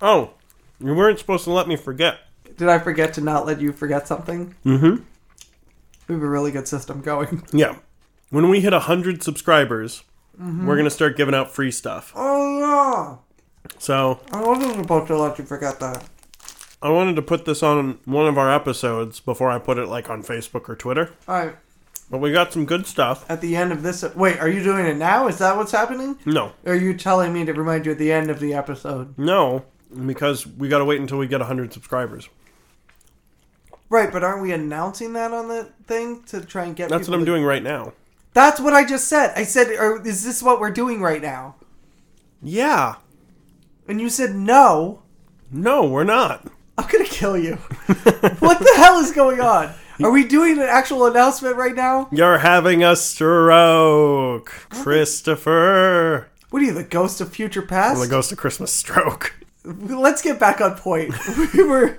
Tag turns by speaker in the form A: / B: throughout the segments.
A: Oh, you weren't supposed to let me forget.
B: Did I forget to not let you forget something?
A: Mm-hmm.
B: We have a really good system going.
A: Yeah. When we hit 100 subscribers, we're going to start giving out free stuff.
B: Oh
A: So
B: yeah, I wasn't supposed to let you forget that.
A: I wanted to put this on one of our episodes before I put it like on Facebook or Twitter.
B: All right,
A: But we got some good stuff.
B: at the end of this, wait, are you doing it now? Is that what's happening?
A: No,
B: Are you telling me to remind you at the end of the episode?
A: no, because we got to wait until we get 100 subscribers.
B: Right, but aren't we announcing that on the thing to try and get?
A: That's
B: people
A: what I'm
B: to-
A: doing right now.
B: That's what I just said. I said, or, "Is this what we're doing right now?"
A: Yeah.
B: And you said no.
A: No, we're not.
B: I'm gonna kill you. what the hell is going on? Are we doing an actual announcement right now?
A: You're having a stroke, Christopher.
B: What are you, the ghost of future
A: Well, the
B: past?
A: ghost of Christmas stroke.
B: Let's get back on point. We were.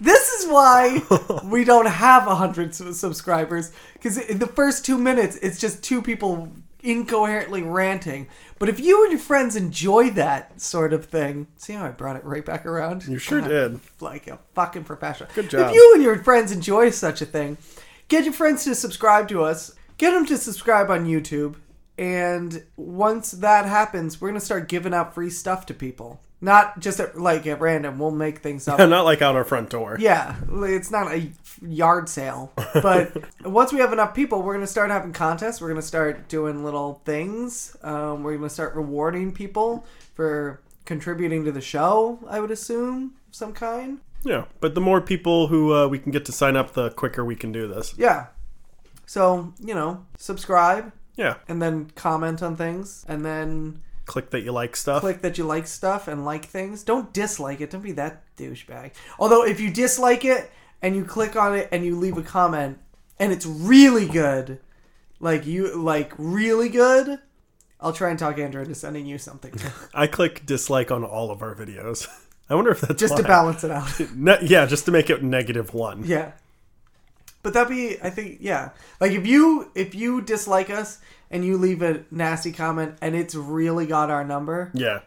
B: This is why we don't have 100 su- subscribers, because in the first two minutes, it's just two people incoherently ranting. But if you and your friends enjoy that sort of thing, see how I brought it right back around?
A: You sure
B: God.
A: did.
B: like a fucking professional.
A: Good job.
B: If you and your friends enjoy such a thing, get your friends to subscribe to us. Get them to subscribe on YouTube. And once that happens, we're going to start giving out free stuff to people. Not just at, like at random. We'll make things up.
A: Not like out our front door.
B: yeah, it's not a yard sale. But once we have enough people, we're going to start having contests. We're going to start doing little things. Um, we're going to start rewarding people for contributing to the show, I would assume, of some kind.
A: Yeah, but the more people who uh, we can get to sign up, the quicker we can do this.
B: Yeah. So, you know, subscribe
A: Yeah,
B: and then comment on things and then
A: click that you like stuff.
B: click that you like stuff and like things. Don't dislike it. Don't be that douchebag. Although, if you dislike it and you click on it and you leave a comment and it's really good, like you, like really good, I'll try and talk Andrew into sending you something
A: I click dislike on all of our videos. I wonder if that's
B: just to
A: why.
B: balance it out.
A: Ne- yeah, just to make it negative one.
B: Yeah. But that'd be I think yeah. Like if you if you dislike us and you leave a nasty comment and it's really got our number,
A: Yeah.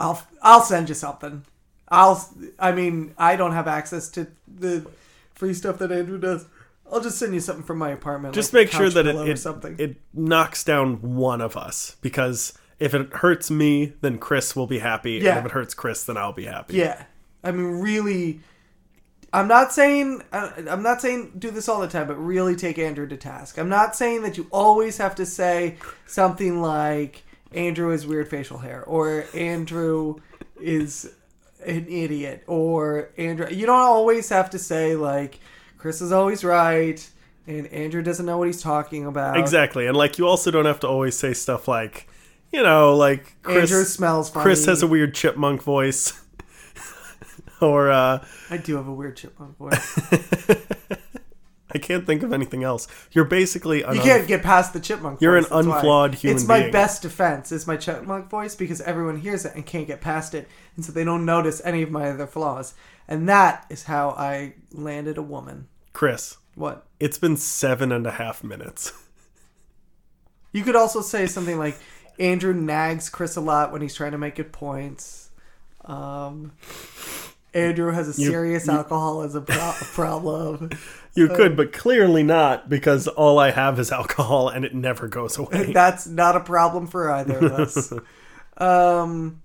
B: I'll I'll send you something. I'll I mean, I don't have access to the free stuff that Andrew does. I'll just send you something from my apartment.
A: Just
B: like
A: make sure
B: couch
A: that it
B: pillow or
A: it,
B: something.
A: it knocks down one of us because if it hurts me, then Chris will be happy.
B: Yeah.
A: And if it hurts Chris, then I'll be happy.
B: yeah. I mean, really I'm not saying I- I'm not saying do this all the time, but really take Andrew to task. I'm not saying that you always have to say something like Andrew has weird facial hair or Andrew is an idiot or Andrew. You don't always have to say like Chris is always right and Andrew doesn't know what he's talking about.
A: Exactly. And like you also don't have to always say stuff like, you know, like Chris
B: Andrew smells funny.
A: Chris has a weird chipmunk voice. or uh
B: I do have a weird chipmunk voice.
A: I can't think of anything else. You're basically an
B: You can't get past the chipmunk.
A: You're
B: voice,
A: an
B: that's why.
A: unflawed human
B: It's my
A: being.
B: best defense. Is my chipmunk voice because everyone hears it and can't get past it, and so they don't notice any of my other flaws. And that is how I landed a woman.
A: Chris.
B: What
A: It's been seven and a half minutes.
B: you could also say something like Andrew nags Chris a lot when he's trying to make good points. Um, Andrew has a serious alcoholism pro- problem.
A: You
B: Uh.
A: could, but clearly not, because all I have is alcohol and it never goes
B: Uh,
A: away.
B: That's not a problem for either of us. um,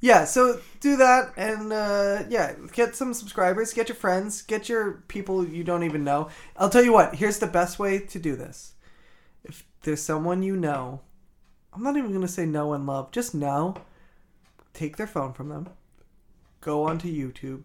B: yeah, so do that and uh, yeah, get some subscribers, get your friends, get your people you don't even know. I'll tell you what, here's the best way to do this. If there's someone you know, I'm not even going to say no and love, just know, take their phone from them, go onto YouTube,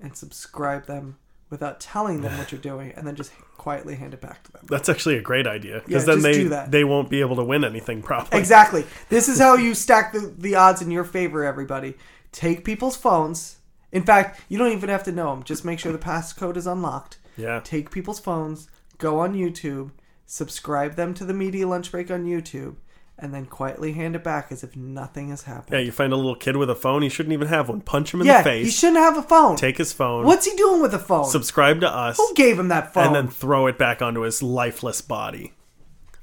B: and subscribe them without telling them what you're doing, and then just quietly hand it back to them.
A: That's actually a great idea,
B: Yeah,
A: because then
B: just
A: they
B: do that.
A: they won't be able to win anything. Probably.
B: Exactly. This is how you stack the, the odds in your favor, everybody. Take people's phones. In fact, you don't even have to know them. Just make sure the passcode is unlocked.
A: Yeah.
B: Take people's phones, go on YouTube, subscribe them to the media lunch break on YouTube, and then quietly hand it back as if nothing has
A: Yeah.
B: happened.
A: You find a little kid with a phone. He shouldn't even have one. Punch him in
B: Yeah,
A: the face.
B: he shouldn't have a phone.
A: take his phone.
B: What's he doing with a phone?
A: Subscribe to us,
B: Who gave him that phone?
A: and then throw it back onto his lifeless body.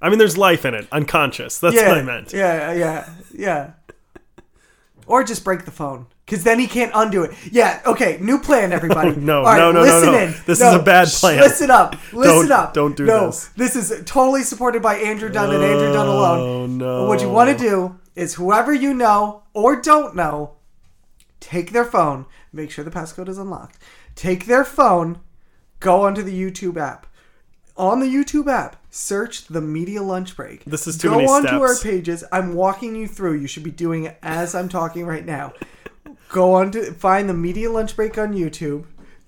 A: I mean, there's life in it. Unconscious. That's
B: yeah,
A: what I meant.
B: Yeah, yeah, yeah. or just break the phone because then he can't undo it. Yeah. Okay. New plan, everybody.
A: No,
B: All right,
A: no, no, no,
B: listen
A: no.
B: In.
A: This
B: No,
A: is a bad
B: shh,
A: plan.
B: Listen up. Listen
A: Don't-
B: up.
A: don't do
B: no,
A: this.
B: This is totally supported by Andrew Dunn and Andrew Dunn alone.
A: Oh, no.
B: But What you want to do is whoever you know or don't know, take their phone, make sure the passcode is unlocked. Take their phone, go onto the YouTube app. On the YouTube app, search the media lunch break.
A: This is too
B: go
A: many
B: onto
A: steps.
B: our pages. I'm walking you through. You should be doing it as I'm talking right now. Go on to find the media lunch break on YouTube.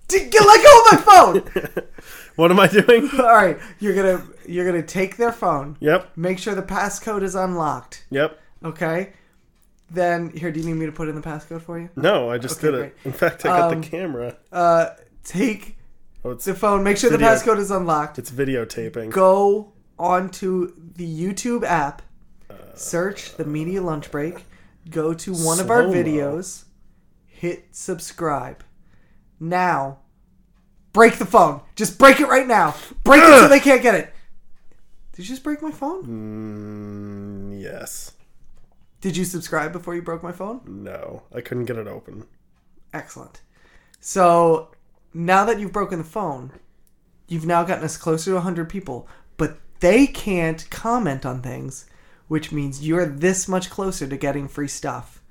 B: D- Get let go of my phone.
A: What am I doing?
B: All right, you're gonna you're gonna take their phone.
A: Yep.
B: Make sure the passcode is unlocked.
A: Yep.
B: Okay. Then here, do you need me to put in the passcode for you?
A: No, I just
B: Okay,
A: did it.
B: great.
A: In fact, I got
B: Um,
A: the camera.
B: Uh, take
A: Oh, it's
B: the phone. Make sure the
A: Video.
B: passcode is unlocked.
A: it's videotaping.
B: Go onto the YouTube app.
A: Uh,
B: Search the media lunch break. Go to one of our
A: Slow-mo.
B: videos. Hit subscribe. Now, break the phone. Just break it right now. Break it so they can't get it. Did you just break my phone?
A: Mm, yes.
B: Did you subscribe before you broke my phone?
A: No. I couldn't get it open.
B: Excellent. So now that you've broken the phone, you've now gotten us closer to 100 people, but they can't comment on things, which means you're this much closer to getting free stuff.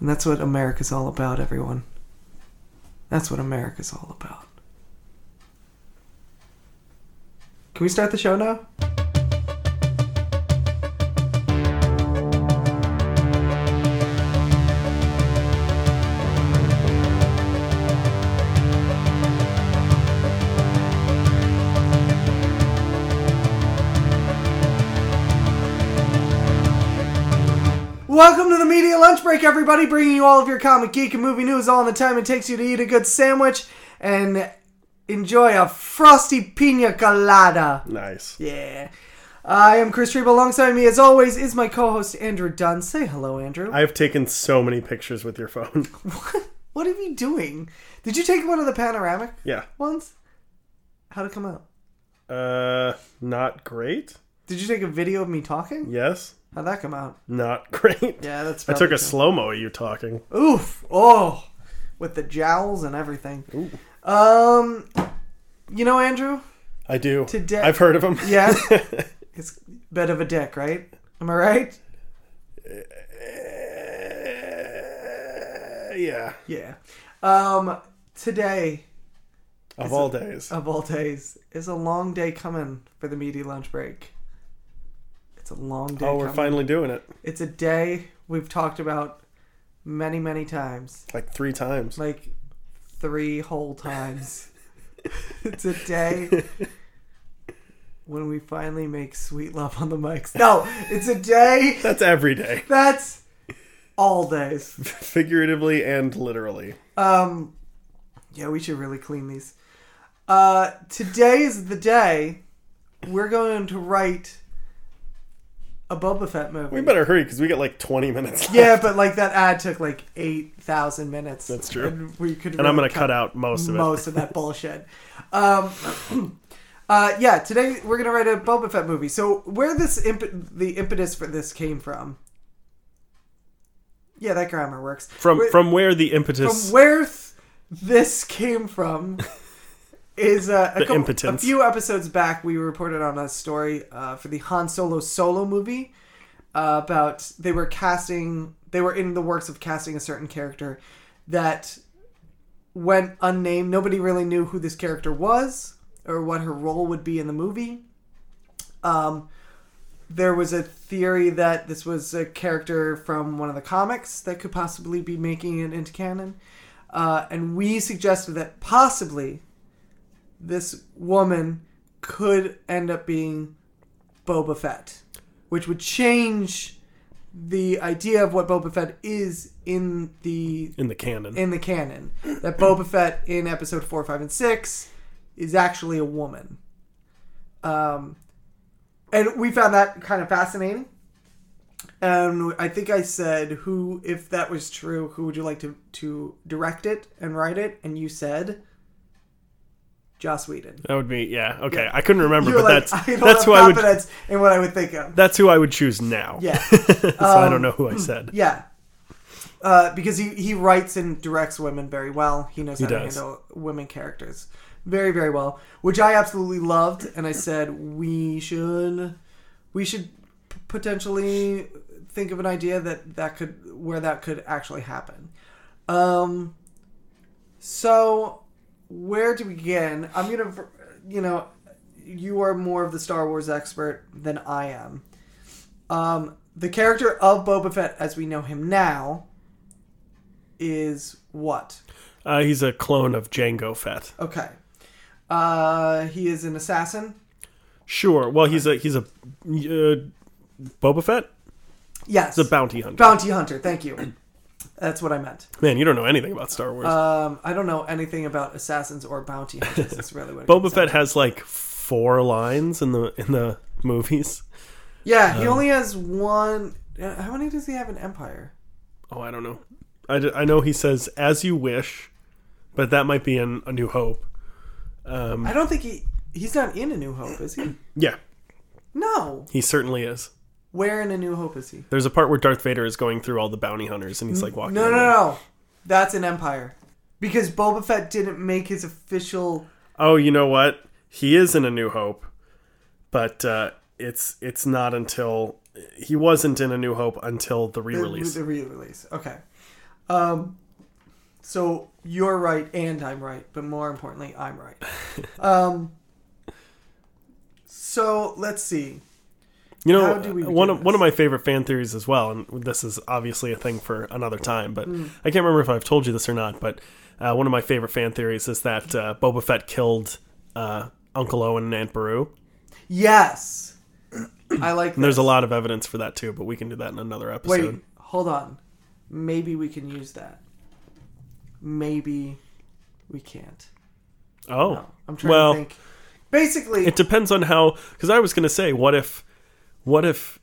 B: And that's what America's all about, everyone. That's what America's all about. Can we start the show now? Welcome to the Media Lunch Break, everybody, bringing you all of your comic, geek, and movie news all in the time it takes you to eat a good sandwich and enjoy a frosty pina colada.
A: Nice.
B: Yeah. I am Chris Trebe. Alongside me, as always, is my co host, Andrew Dunn. Say hello, Andrew.
A: I've taken so many pictures with your phone.
B: what are you doing? Did you take one of the panoramic
A: yeah.
B: ones? How'd it come out?
A: Uh, not great.
B: Did you take a video of me talking?
A: Yes.
B: How'd that come out?
A: Not great.
B: Yeah, that's
A: I took
B: probably
A: a slow mo of you talking.
B: Oof. Oh. With the jowls and everything. Um you know Andrew?
A: I do.
B: Today-
A: I've heard of Uh, him.
B: Yeah. it's a bit of a dick, right? Am I right?
A: yeah.
B: Yeah. Um today
A: Of all days. Oh,
B: of all days is a long day coming for the meaty lunch break. It's a long day.
A: Oh, we're
B: coming.
A: finally doing it.
B: It's a day we've talked about many, many times.
A: Like three times.
B: Like three whole times. it's a day when we finally make sweet love on the mics. No, it's a day
A: That's every day.
B: that's all days.
A: Figuratively and literally.
B: Um, yeah, we should really clean these. Uh, today is the day we're going to write a Boba Fett movie.
A: We better hurry because we got like 20 minutes left.
B: yeah, but like that ad took like eight thousand minutes.
A: That's true.
B: And we could.
A: And I'm going
B: really
A: to cut out most of it.
B: most of that bullshit. Um, uh, yeah, today we're gonna write a Boba Fett movie. So where this imp- the impetus for this came from? Yeah, that grammar works.
A: From
B: Where-
A: from where the impetus.
B: from where th- this came from is uh, a,
A: The
B: couple- a
A: impotence.
B: few episodes back we reported on a story uh, for the Han Solo solo movie uh, about they were casting they were in the works of casting a certain character that went unnamed nobody really knew who this character was or what her role would be in the movie um, there was a theory that this was a character from one of the comics that could possibly be making it into canon. Uh, and we suggested that possibly this woman could end up being Boba Fett, which would change the idea of what Boba Fett is in the
A: in the canon.
B: in the canon. That Boba Fett in episode four, five, and six is actually a woman. Um, and we found that kind of fascinating. And I think I said, "Who, if that was true, who would you like to to direct it and write it?" And you said, "Joss Whedon."
A: That would be yeah. Okay, I couldn't remember,
B: You were
A: but
B: like,
A: that's
B: "I don't
A: that's
B: have
A: who I would.
B: confidence in what I would think of."
A: That's who I would choose now.
B: Yeah.
A: so I don't know who I said.
B: Yeah. uh, because he, he writes and directs women very well. He knows how to
A: does.
B: handle women characters very very well, which I absolutely loved. And I said we should we should p- potentially think of an idea that that could where that could actually happen. Um, so where do we begin? I'm gonna you know you are more of the Star Wars expert than I am. Um, the character of Boba Fett as we know him now is what?
A: Uh, he's a clone of Django Fett.
B: Okay. Uh, he is an assassin.
A: Sure. Well, he's a he's a uh, Boba Fett.
B: Yes.
A: He's a bounty hunter.
B: bounty hunter. Thank you. That's what I meant.
A: Man, you don't know anything about Star Wars.
B: Um, I don't know anything about assassins or bounty hunters. That's really what it
A: Boba
B: comes
A: Fett has like four lines in the in the movies.
B: down- Yeah, he
A: Um,
B: only has one. uh, How many does he have in Empire?
A: Oh, I don't know. I, d- I know he says "as you wish," but that might be in A New Hope. Um,
B: I don't think he he's not in A New Hope, is he?
A: yeah,
B: No.
A: he certainly is.
B: Where in A New Hope is he?
A: There's a part where Darth Vader is going through all the bounty hunters, and he's like walking.
B: No,
A: around.
B: no, no. That's an Empire. Because Boba Fett didn't make his official.
A: Oh, you know what? He is in A New Hope, but uh, it's it's not until he wasn't in A New Hope until the re-release.
B: The re-release. Okay. Um, so you're right, and I'm right, but more importantly, I'm right. um, so let's see.
A: You know,
B: How do we
A: one
B: begin
A: of
B: this?
A: one of my favorite fan theories as well, and this is obviously a thing for another time, but
B: Hmm.
A: I can't remember if I've told you this or not. But uh, one of my favorite fan theories is that uh, Boba Fett killed uh, Uncle Owen and Aunt Beru.
B: Yes, I like. This.
A: And there's a lot of evidence for that too, but we can do that in another
B: Wait,
A: episode.
B: hold on. Maybe we can use that. Maybe we can't.
A: oh,
B: No, I'm trying
A: well,
B: to think. Basically,
A: it depends on how. Because I was going to say, what if, what if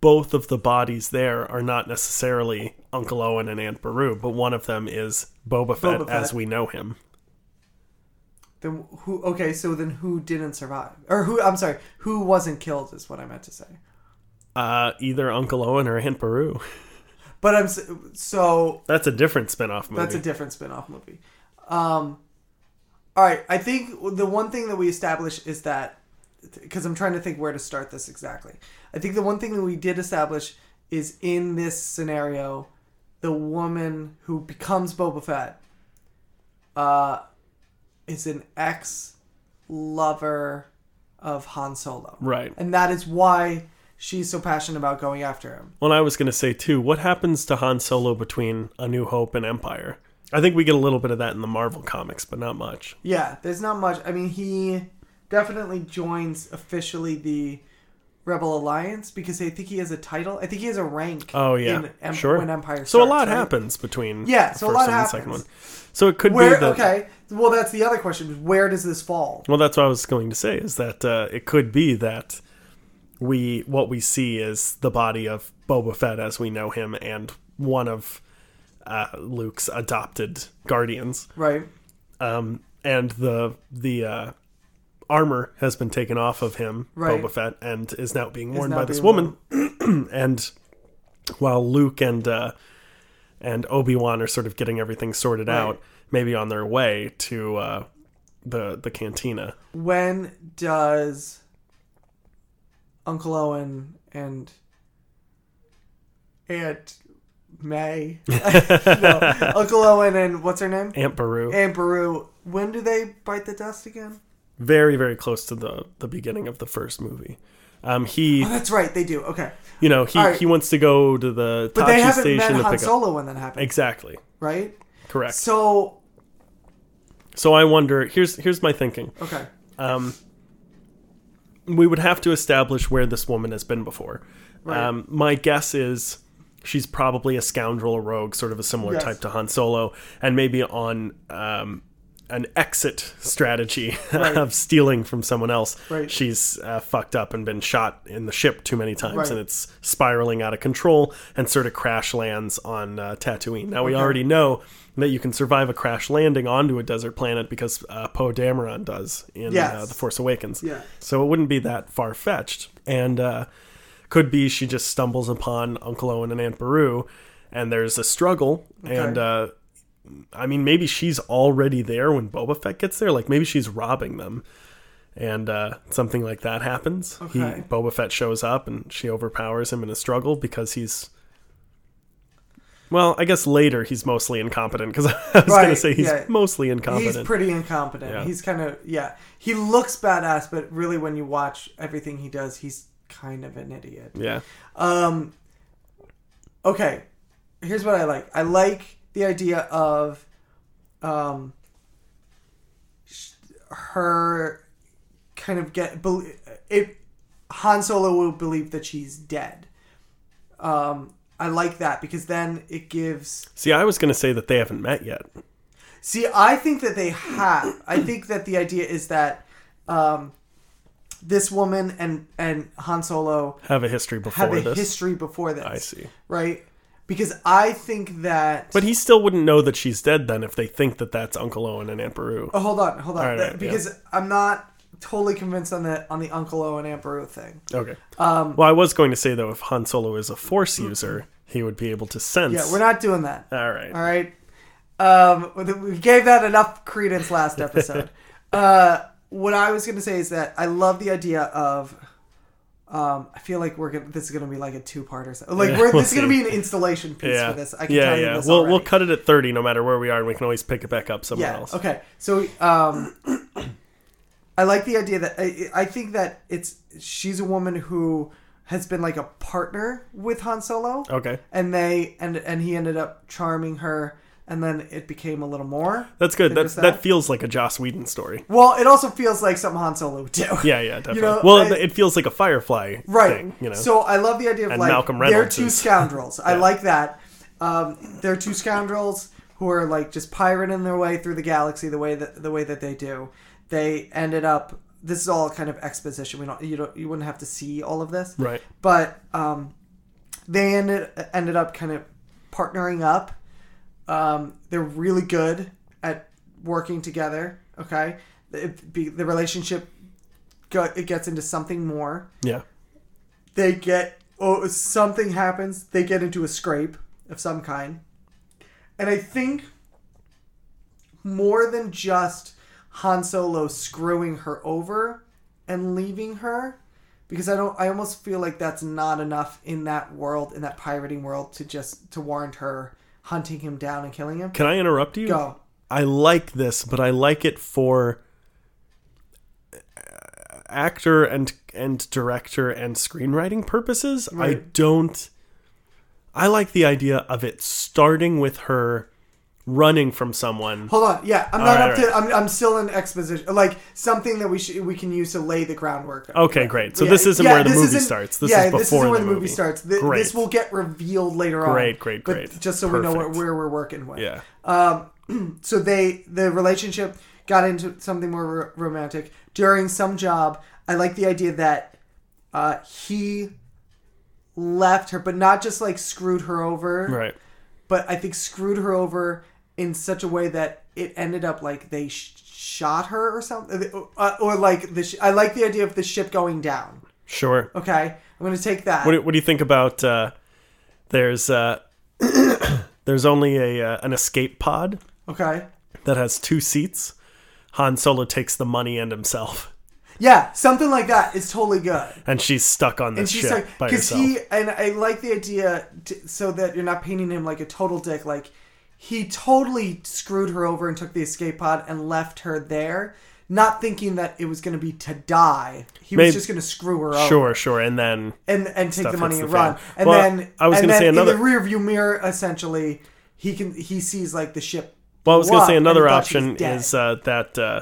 A: both of the bodies there are not necessarily Uncle Owen and Aunt Beru, but one of them is Boba Fett,
B: Boba Fett.
A: as we know him.
B: Then who? Okay, so then who didn't survive, or who? I'm sorry, who wasn't killed is what I meant to say.
A: Uh, either Uncle Owen or Aunt Beru.
B: But I'm s- so
A: That's a different spin-off movie.
B: that's a different spin-off movie. Um, all right, I think the one thing that we established is that because I'm trying to think where to start this exactly. I think the one thing that we did establish is in this scenario, the woman who becomes Boba Fett, uh, is an ex lover of Han Solo.
A: right.
B: And that is why she's so passionate about going after him.
A: Well, I was going to say too. What happens to Han Solo between A New Hope and Empire? I think we get a little bit of that in the Marvel comics, but not much.
B: Yeah, there's not much. I mean, he definitely joins officially the Rebel Alliance because I think he has a title. I think he has a rank.
A: Oh yeah,
B: in Em-
A: sure.
B: When Empire
A: so a
B: starts,
A: lot
B: right?
A: happens between
B: Yeah,
A: the
B: so a lot
A: and the second one.
B: happens.
A: So it could
B: Where
A: be that.
B: okay, well that's the other question. Where does this fall?
A: Well, that's what I was going to say. Is that uh, it could be that we what we see is the body of Boba Fett as we know him, and one of uh, Luke's adopted guardians.
B: Right.
A: um, and the the uh, armor has been taken off of him,
B: Right.
A: Boba Fett, and is now being worn
B: now
A: by this
B: being
A: woman. and while Luke and uh, and Obi Wan are sort of getting everything sorted out, maybe on their way to uh, the the cantina.
B: When does Uncle Owen and Aunt May, no, Uncle Owen and what's her name?
A: Aunt Beru,
B: And Baru, when do they bite the dust again?
A: very very close to the the beginning of the first movie. Um, he,
B: Oh, that's right, they do. Okay,
A: you know, he,
B: all right.
A: he wants to go to the
B: but they
A: Tachi
B: haven't met
A: station to
B: Han
A: pick up.
B: Solo when that happened,
A: Exactly,
B: right?
A: correct.
B: So
A: So I wonder. Here's here's my thinking.
B: okay,
A: um, we would have to establish where this woman has been before.
B: Right.
A: Um, my guess is she's probably a scoundrel, a rogue, sort of a similar
B: Yes.
A: type to Han Solo, and maybe on um, an exit strategy
B: Right.
A: of stealing from someone else.
B: Right.
A: She's uh, fucked up and been shot in the ship too many times,
B: Right.
A: and it's spiraling out of control and sort of crash lands on uh, Tatooine. Now, we
B: Okay.
A: already know that you can survive a crash landing onto a desert planet because uh, Poe Dameron does in in uh,
B: Yes.
A: The Force Awakens.
B: Yeah.
A: So it wouldn't be that far fetched. And uh, Could be she just stumbles upon Uncle Owen and Aunt Beru, and there's a struggle. And uh, I mean, maybe she's already there when Boba Fett gets there. Like maybe she's robbing them, and uh, something like that happens. He,
B: Okay.
A: Boba Fett shows up, and she overpowers him in a struggle because he's. Well, I guess later he's mostly incompetent because I was going to
B: Right,
A: say he's
B: yeah.
A: mostly incompetent.
B: He's pretty incompetent.
A: Yeah.
B: He's kind of yeah. He looks badass, but really, when you watch everything he does, he's kind of an idiot.
A: yeah.
B: Um. Okay, here's what I like. I like the idea of, um, sh- her kind of get bel- it. Han Solo will believe that she's dead. Um, I like that because then it gives
A: See, I was going to say that they haven't met yet.
B: See, I think that they have. I think that the idea is that um, this woman and and Han Solo
A: Have a history before
B: have a
A: this.
B: history before this.
A: I see.
B: right? Because I think that.
A: But he still wouldn't know that she's dead then if they think that that's Uncle Owen and Aunt Beru.
B: oh, hold on, hold on,
A: right,
B: That-
A: yeah.
B: because I'm not totally convinced on the on the Uncle O and Aunt Beru thing.
A: Okay. Um, well, I was going to say though, if Han Solo is a Force user, he would be able to sense.
B: Hmm. Yeah, we're not doing that.
A: All right.
B: All right. Um, we gave that enough credence last episode. uh, what I was going to say is that I love the idea of. Um, I feel like we're gonna, this is going to be like a two parter. Like we're,
A: we'll
B: this is going to be an installation piece
A: Yeah.
B: for this. I can
A: yeah,
B: tell
A: yeah.
B: you this
A: we'll
B: already.
A: we'll cut it at thirty, no matter where we are, and we can always pick it back up somewhere
B: yeah.
A: else.
B: Okay. So um, I like the idea that I, I think that it's she's a woman who has been like a partner with Han Solo.
A: Okay.
B: and they and and he ended up charming her and then it became a little more
A: That's good. That
B: just
A: that
B: that?
A: feels like a Joss Whedon story.
B: well it also feels like something han solo would do
A: Yeah, yeah, definitely.
B: know,
A: well,
B: I-
A: it feels like a Firefly
B: right
A: thing, you know.
B: so i love the idea of
A: And
B: like
A: Malcolm
B: they're
A: Reynolds
B: two
A: is-
B: scoundrels i like that um, they're two scoundrels who are like just pirating their way through the galaxy the way that the way that they do they ended up this is all kind of exposition we don't you don't you wouldn't have to see all of this
A: Right.
B: but um, they ended ended up kind of partnering up. Um, they're really good at working together. Okay, it be, the relationship go, it gets into something more.
A: yeah.
B: They get oh something happens. They get into a scrape of some kind, and I think more than just Han Solo screwing her over and leaving her because I don't I almost feel like that's not enough in that world in that pirating world to just to warrant her hunting him down and killing him.
A: Can I interrupt you?
B: Go.
A: I like this, but I like it for uh, actor and and director and screenwriting purposes. I
B: Right.
A: don't I like the idea of it starting with her running from someone.
B: Hold on. Yeah, I'm not
A: right,
B: up to I'm, I'm still in exposition like something that we should we can use to lay the groundwork.
A: Okay, great. So
B: Yeah,
A: this isn't
B: yeah,
A: where the movie
B: isn't-
A: starts. This is
B: yeah,
A: before
B: this isn't
A: the,
B: where the
A: movie.
B: movie, starts. Th-
A: Great.
B: This will get revealed later on.
A: Great, great,
B: but
A: great.
B: Just so we know where,
A: Perfect.
B: where we're working with.
A: Yeah.
B: so they the relationship got into something more ro- romantic during some job i like the idea that uh, he left her but not just like screwed her over
A: Right.
B: but i think screwed her over in such a way that it ended up like they sh- shot her or something uh, or like the sh- i like the idea of the ship going down
A: Sure.
B: okay i'm gonna take that
A: What do, what do you think about uh, there's uh, there's only a uh, an escape pod
B: okay
A: that has two seats. Han Solo takes the money and himself.
B: yeah something like that is totally good
A: and she's stuck on this
B: She's
A: ship
B: like,
A: by
B: because
A: herself.
B: he and I like the idea t- so that you're not painting him like a total dick. Like he totally screwed her over and took the escape pod and left her there, not thinking that it was going to be to die. He
A: Maybe-
B: was just going to screw her over
A: sure, sure, and then
B: and and take the money
A: hits
B: and
A: the
B: run.
A: fan.
B: And
A: Well,
B: then
A: I was
B: and
A: gonna
B: then
A: say another-
B: in the rearview mirror. Essentially, he can he sees like the ship.
A: well, I was going to
B: blow
A: say
B: up, and he
A: another
B: thought she was
A: option
B: dead.
A: is uh, that. Uh,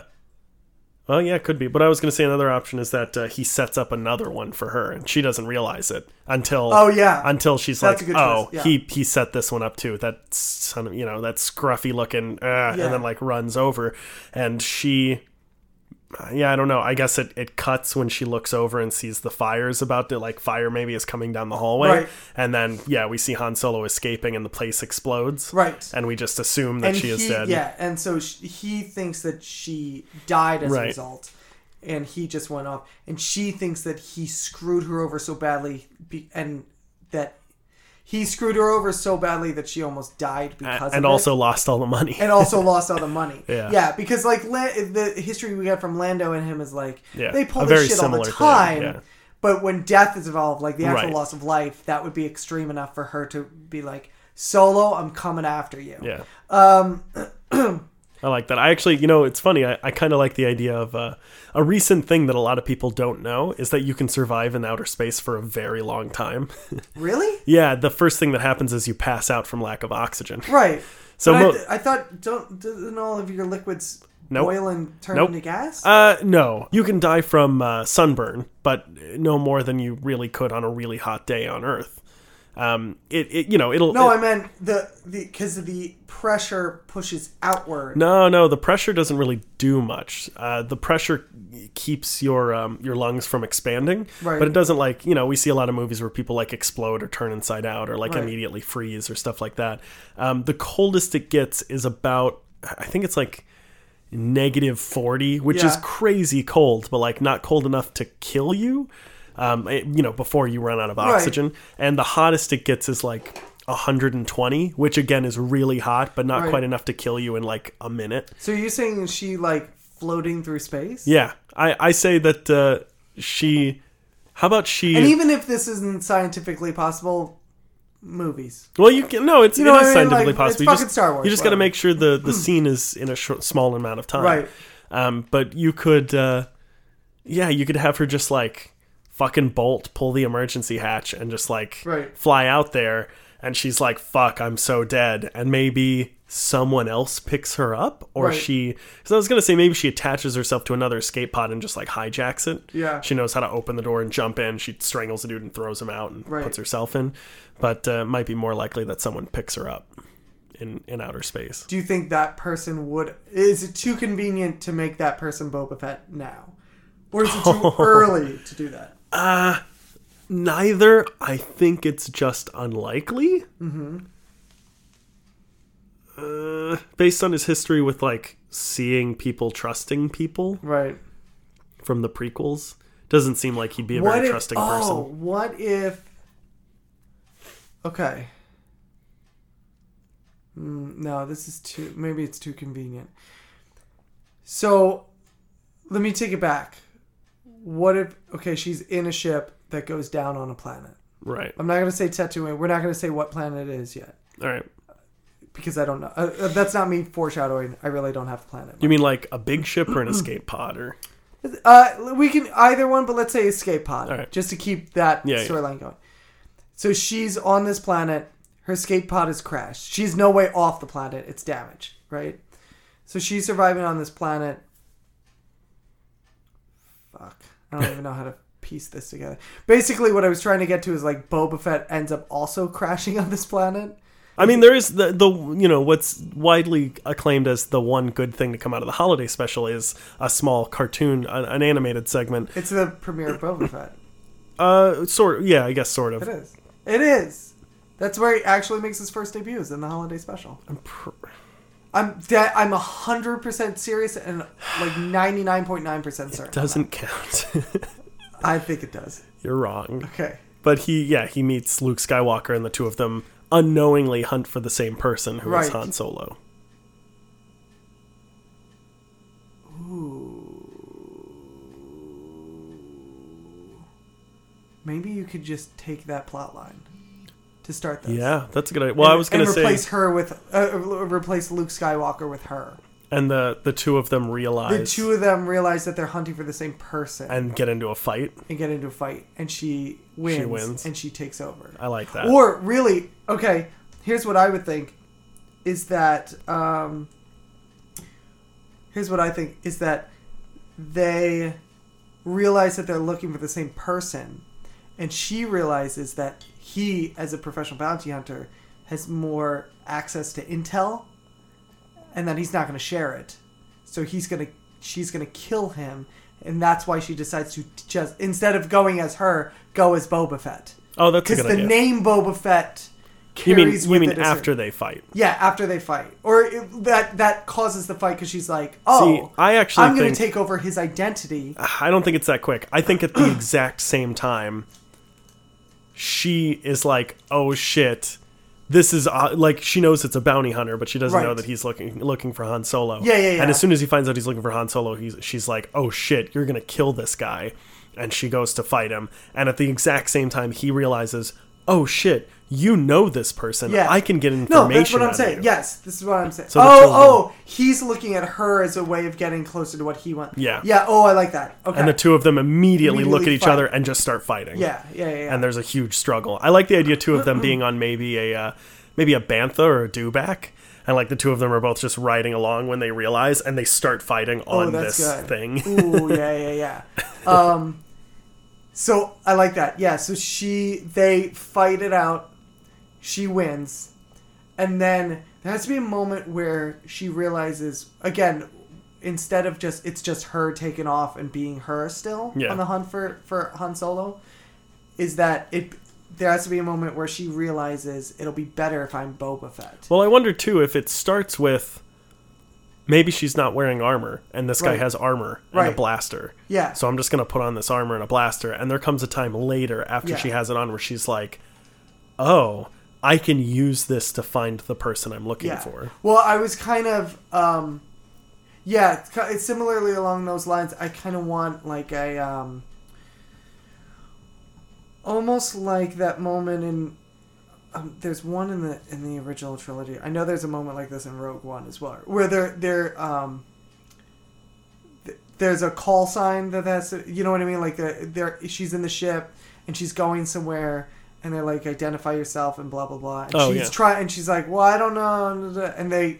A: well, yeah, it could be, but I was going to say another option is that uh, he sets up another one for her, and she doesn't realize it until.
B: Oh, yeah.
A: until she's
B: That's a
A: like,
B: good
A: oh,
B: choice, yeah.
A: he he set this one up too. That son of you know that scruffy looking, uh,
B: Yeah.
A: and then like runs over, and she. uh, Yeah, I don't know. I guess it, it cuts when she looks over and sees the fires about to like fire maybe is coming down the hallway.
B: Right.
A: And then yeah, we see Han Solo escaping and the place explodes.
B: Right.
A: And we just assume that
B: and
A: she is
B: he-
A: dead.
B: Yeah, and so sh he thinks that she died as
A: Right.
B: a result. and he just went off and she thinks that he screwed her over so badly be, and that he screwed her over so badly that she almost died because of
A: and
B: it.
A: also lost all the money.
B: and also lost all the money.
A: Yeah.
B: because like La- the history we got from Lando and him is like
A: Yeah,
B: they pull
A: a
B: this
A: very
B: shit all
A: similar
B: the
A: thing,
B: time.
A: yeah.
B: But when death is involved, like the actual
A: Right.
B: loss of life, that would be extreme enough for her to be like, "Solo, I'm coming after you."
A: yeah.
B: Um,
A: I like that. I actually, you know, it's funny. I, I kind of like the idea of uh, a recent thing that a lot of people don't know is that you can survive in outer space for a very long time.
B: really?
A: yeah, the first thing that happens is you pass out from lack of oxygen.
B: Right.
A: So
B: But I,
A: mo-
B: th- I thought don't doesn't all of your liquids
A: Nope.
B: boil and turn
A: Nope.
B: into gas?
A: Uh, no, you can die from uh, sunburn, but no more than you really could on a really hot day on Earth. Um, it, it you know, it'll
B: no,
A: it-
B: I meant the the because the pressure pushes outward.
A: no, no. The pressure doesn't really do much. Uh, the pressure keeps your um, your lungs from expanding,
B: Right.
A: but it doesn't like you know. We see a lot of movies where people like explode or turn inside out or like
B: Right.
A: immediately freeze or stuff like that. Um, the coldest it gets is about I think it's like negative 40 which is
B: Yeah.
A: crazy cold but like not cold enough to kill you um it- you know before you run out of oxygen and the hottest it gets is like 120 which again is really hot but not
B: Right.
A: quite enough to kill you in like a minute
B: So you're saying she like floating through space?
A: yeah i i say that uh she how about she
B: And even if this isn't scientifically possible, movies.
A: well you can no it's you
B: know what I mean?
A: scientifically
B: Like,
A: possible
B: it's
A: you
B: fucking
A: just,
B: Star Wars,
A: you just got to
B: whatever. Hmm.
A: make sure the the scene is in a short, small amount of time
B: Right.
A: Um, but you could, uh, yeah, you could have her just like fucking bolt, pull the emergency hatch, and just like
B: Right.
A: fly out there. And she's like, fuck, I'm so dead. And maybe someone else picks her up, or
B: Right.
A: she. Because I was going to say, maybe she attaches herself to another escape pod and just like hijacks it.
B: Yeah.
A: She knows how to open the door and jump in. She strangles the dude and throws him out and
B: Right.
A: puts herself in. But uh, it might be more likely that someone picks her up in, in outer space.
B: Do you think that person would? Is it too convenient to make that person Boba Fett now, or is it too early to do that?
A: Neither. I think it's just unlikely.
B: Mm-hmm.
A: Uh, based on his history with like seeing people trusting people
B: Right.
A: from the prequels, doesn't seem like he'd be a very trusting
B: oh,
A: person.
B: What if? Okay. Mm, no, this is too. Maybe it's too convenient. So, let me take it back. What if? Okay, she's in a ship that goes down on a planet.
A: Right.
B: I'm not gonna say Tatooine. We're not gonna say what planet it is yet
A: All right.
B: because I don't know. Uh, uh, that's not me foreshadowing. I really don't have a planet.
A: You mean like a big ship or an escape pod or
B: Uh, we can either one, but let's say escape pod,
A: All right.
B: just to keep that
A: Yeah, yeah.
B: storyline going. So she's on this planet. Her escape pod has crashed. She's no way off the planet. It's damaged, right? So she's surviving on this planet. Fuck, I don't even know how to piece this together. Basically, what I was trying to get to is like Boba Fett ends up also crashing on this planet.
A: I mean, there is the the you know what's widely acclaimed as the one good thing to come out of the holiday special is a small cartoon, an, an animated segment.
B: It's the premiere of Boba Fett.
A: Uh, sort yeah, I guess sort of.
B: It is. It is. That's where he actually makes his first debuts in the holiday special.
A: Pr-
B: I'm that I'm hundred percent serious and like ninety nine point nine percent certain.
A: Doesn't count.
B: I think it does.
A: You're wrong.
B: Okay.
A: But he, yeah, he meets Luke Skywalker, and the two of them unknowingly hunt for the same person who is
B: Right.
A: Han Solo.
B: Maybe you could just take that plot line to start this.
A: Yeah, that's a good idea. Well, I was going to
B: and
A: say,
B: replace her with uh, uh, replace Luke Skywalker with her.
A: and the the two of them
B: The
A: realize
B: two of them realize that they're hunting for the same person and,
A: and get into a fight.
B: get into a fight, and she wins,
A: wins.
B: and she takes over.
A: I like that.
B: Or really, okay, here's what I would think is that um here's what I think is that they realize that they're looking for the same person and she realizes that he as a professional bounty hunter has more access to intel and that he's not going to share it. So he's going to she's going to kill him and that's why she decides to just instead of going as her, go as Boba Fett.
A: oh, that's a
B: Because
A: good
B: the
A: idea.
B: name Boba Fett
A: You mean
B: carries
A: you
B: with
A: mean
B: it a certain-
A: after they fight?
B: yeah, after they fight, or it, that that causes the fight because she's like, oh,
A: See, I actually
B: I'm going
A: think- Uh,
B: to take over his identity.
A: I don't think it's that quick. I think at the exact same time, she is like, "Oh shit, this is uh, like she knows it's a bounty hunter, but she doesn't know
B: Right.
A: that he's looking looking for Han Solo."
B: Yeah, yeah, yeah.
A: And as soon as he finds out he's looking for Han Solo, he's she's like, "Oh shit, you're gonna kill this guy," and she goes to fight him. And at the exact same time, he realizes, "Oh shit." You know this person.
B: Yeah.
A: I can get
B: No,
A: information.
B: that's what
A: out
B: I'm
A: of
B: saying.
A: you."
B: Yes, this is what I'm saying.
A: So the two of them-
B: oh, oh, he's looking at her as a way of getting closer to what he wants.
A: Yeah.
B: yeah. Oh, I like that. Okay.
A: And the two of them immediately, look at
B: Immediately
A: each
B: fight.
A: other and just start fighting.
B: yeah, yeah, yeah. yeah.
A: and there's a huge struggle. I like the idea too of them being on maybe a uh, maybe a bantha or a dewback, and like the two of them are both just riding along when they realize, and they start fighting on
B: Oh, that's
A: this
B: good.
A: thing.
B: Ooh, yeah, yeah, yeah. Um, so I like that. Yeah. So she, they fight it out. She wins, and then there has to be a moment where she realizes again. Instead of just it's just her taking off and being her still
A: Yeah.
B: on the hunt for for Han Solo, is that it? There has to be a moment where she realizes it'll be better if I'm Boba Fett.
A: well, I wonder too if it starts with maybe she's not wearing armor, and this guy
B: Right.
A: has armor and a
B: Right.
A: blaster.
B: yeah.
A: So I'm just gonna put on this armor and a blaster, and there comes a time later after
B: Yeah.
A: she has it on where she's like, "Oh, I can use this to find the person I'm looking for."
B: Well, I was kind of, um, yeah, it's ki- it's similarly along those lines. I kind of want like a, um, almost like that moment in. Um, there's one in the in the original trilogy. I know there's a moment like this in Rogue One as well, where they're they're um. th- There's a call sign that has to, you know what I mean? Like they're, they're she's in the ship and she's going somewhere, and they're like identify yourself and blah blah blah. And
A: Oh,
B: she's
A: yeah.
B: try and she's like, well, I don't know, and they,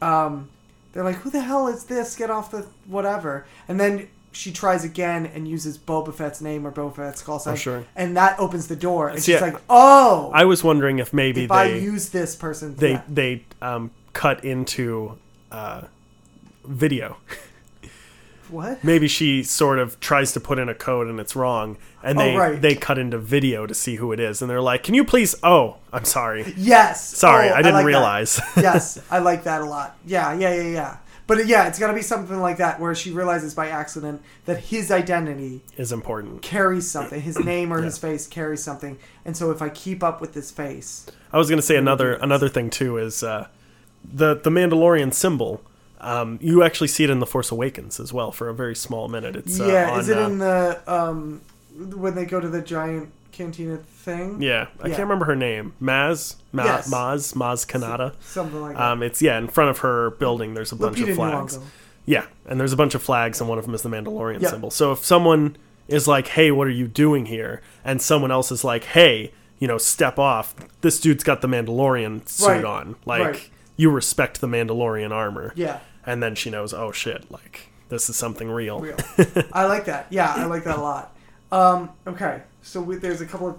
B: um, they're like, who the hell is this? Get off the whatever. And then she tries again and uses Boba Fett's name or Boba Fett's call sign.
A: Oh, sure.
B: And that opens the door. And
A: See,
B: she's
A: I-
B: like, oh,
A: I was wondering if maybe
B: if
A: they
B: I use this person.
A: they
B: yeah.
A: they um, cut into uh, video.
B: what?
A: Maybe she sort of tries to put in a code and it's wrong, and
B: Oh,
A: they
B: right.
A: they cut into video to see who it is, and they're like, "Can you please?" Oh, I'm sorry,
B: Yes.
A: sorry,
B: Oh,
A: I didn't
B: like that.
A: realize.
B: yes, I like that a lot. Yeah, yeah, yeah, yeah. But uh, yeah, it's got to be something like that where she realizes by accident that his identity
A: is important.
B: carries something. His name or his face carries something. And so if I keep up with this face,
A: I was gonna say another another thing too is uh, the the Mandalorian symbol. Um, you actually see it in the Force Awakens as well for a very small minute. It's uh,
B: yeah,
A: on,
B: is it
A: uh,
B: in the um when they go to the giant cantina thing?
A: yeah, I
B: Yeah.
A: can't remember her name. Maz, Ma-
B: Yes.
A: Maz, Maz Kanata.
B: something like that.
A: Um, it's yeah, in front of her building. There's a bunch
B: Lupita
A: of flags.
B: Nyong'o.
A: Yeah, and there's a bunch of flags, and one of them is the Mandalorian
B: Yeah.
A: symbol. So if someone is like, "Hey, what are you doing here?" and someone else is like, "Hey, you know, step off. This dude's got the Mandalorian suit
B: Right.
A: on. Like,
B: Right.
A: you respect the Mandalorian armor."
B: Yeah.
A: And then she knows, "Oh shit! Like, this is something real."
B: real. I like that. Yeah, I like that a lot. Um, okay, so we, there's a couple of.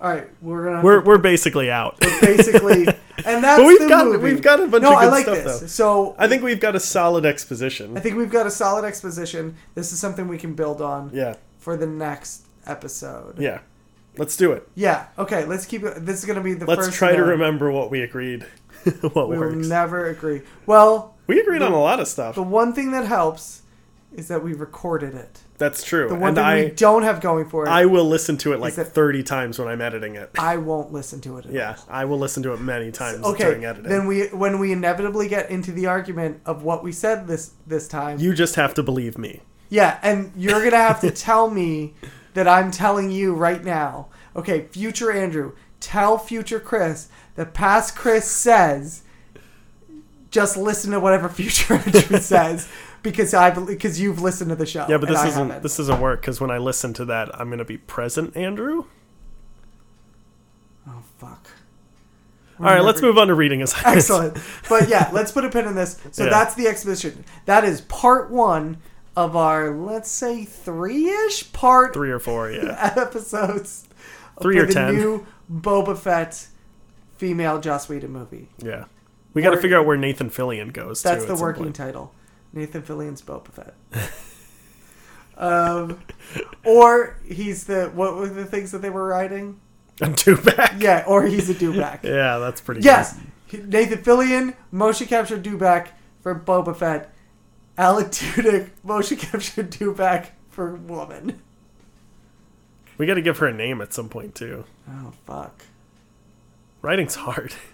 B: All right, we're gonna.
A: We're we're basically out.
B: basically, and that's
A: But we've
B: the
A: got-
B: movie.
A: we've got a bunch
B: no,
A: of
B: I
A: good
B: like
A: stuff,
B: this.
A: though.
B: So
A: I think we've got a solid exposition.
B: I think we've got a solid exposition. This is something we can build on
A: yeah,
B: for the next episode.
A: yeah. Let's do it.
B: Yeah, Okay. Let's keep it. This is gonna be the
A: Let's
B: first.
A: try to
B: one.
A: remember what we agreed. what
B: We will
A: works?
B: never agree. Well,
A: we agreed on a lot of stuff.
B: the one thing that helps is that we recorded it.
A: That's true.
B: The one
A: and
B: thing
A: I
B: we don't have going for it,
A: I will listen to it like
B: that-
A: 30 times when I'm editing it.
B: I won't listen to it. At
A: Yeah, I will listen to it many times
B: okay
A: during editing.
B: then we when we inevitably get into the argument of what we said this this time
A: you just have to believe me.
B: yeah and you're gonna have to tell me that i'm telling you right now okay future andrew tell future chris that past chris says just listen to whatever future andrew says because i because you've listened to the show
A: Yeah, but
B: and
A: this
B: I
A: isn't
B: haven't.
A: this doesn't work cuz when I listen to that, I'm going to be present, Andrew.
B: oh fuck
A: All right, let's
B: Remember-
A: move on to reading as
B: Excellent. But yeah, let's put a pin in this. So
A: Yeah.
B: that's the exhibition. That is part one of our, let's say, three ish part
A: 3 or 4, yeah.
B: episodes.
A: Three
B: for
A: or
B: the
A: ten.
B: new Boba Fett female Joss Whedon movie.
A: Yeah. We got to
B: Or-
A: figure out where Nathan Fillion goes too,
B: That's
A: at
B: the
A: some
B: working
A: point.
B: title. Nathan Fillion's Boba Fett. um, or he's the what were the things that they were writing?
A: I'm too back.
B: Yeah, or he's a dewback.
A: Yeah, that's pretty.
B: Yes, Nathan Fillion motion capture dewback for Boba Fett. Alec Tudyk motion capture dewback for woman.
A: good. We got to give her a name at some point too.
B: Oh fuck.
A: Writing's hard.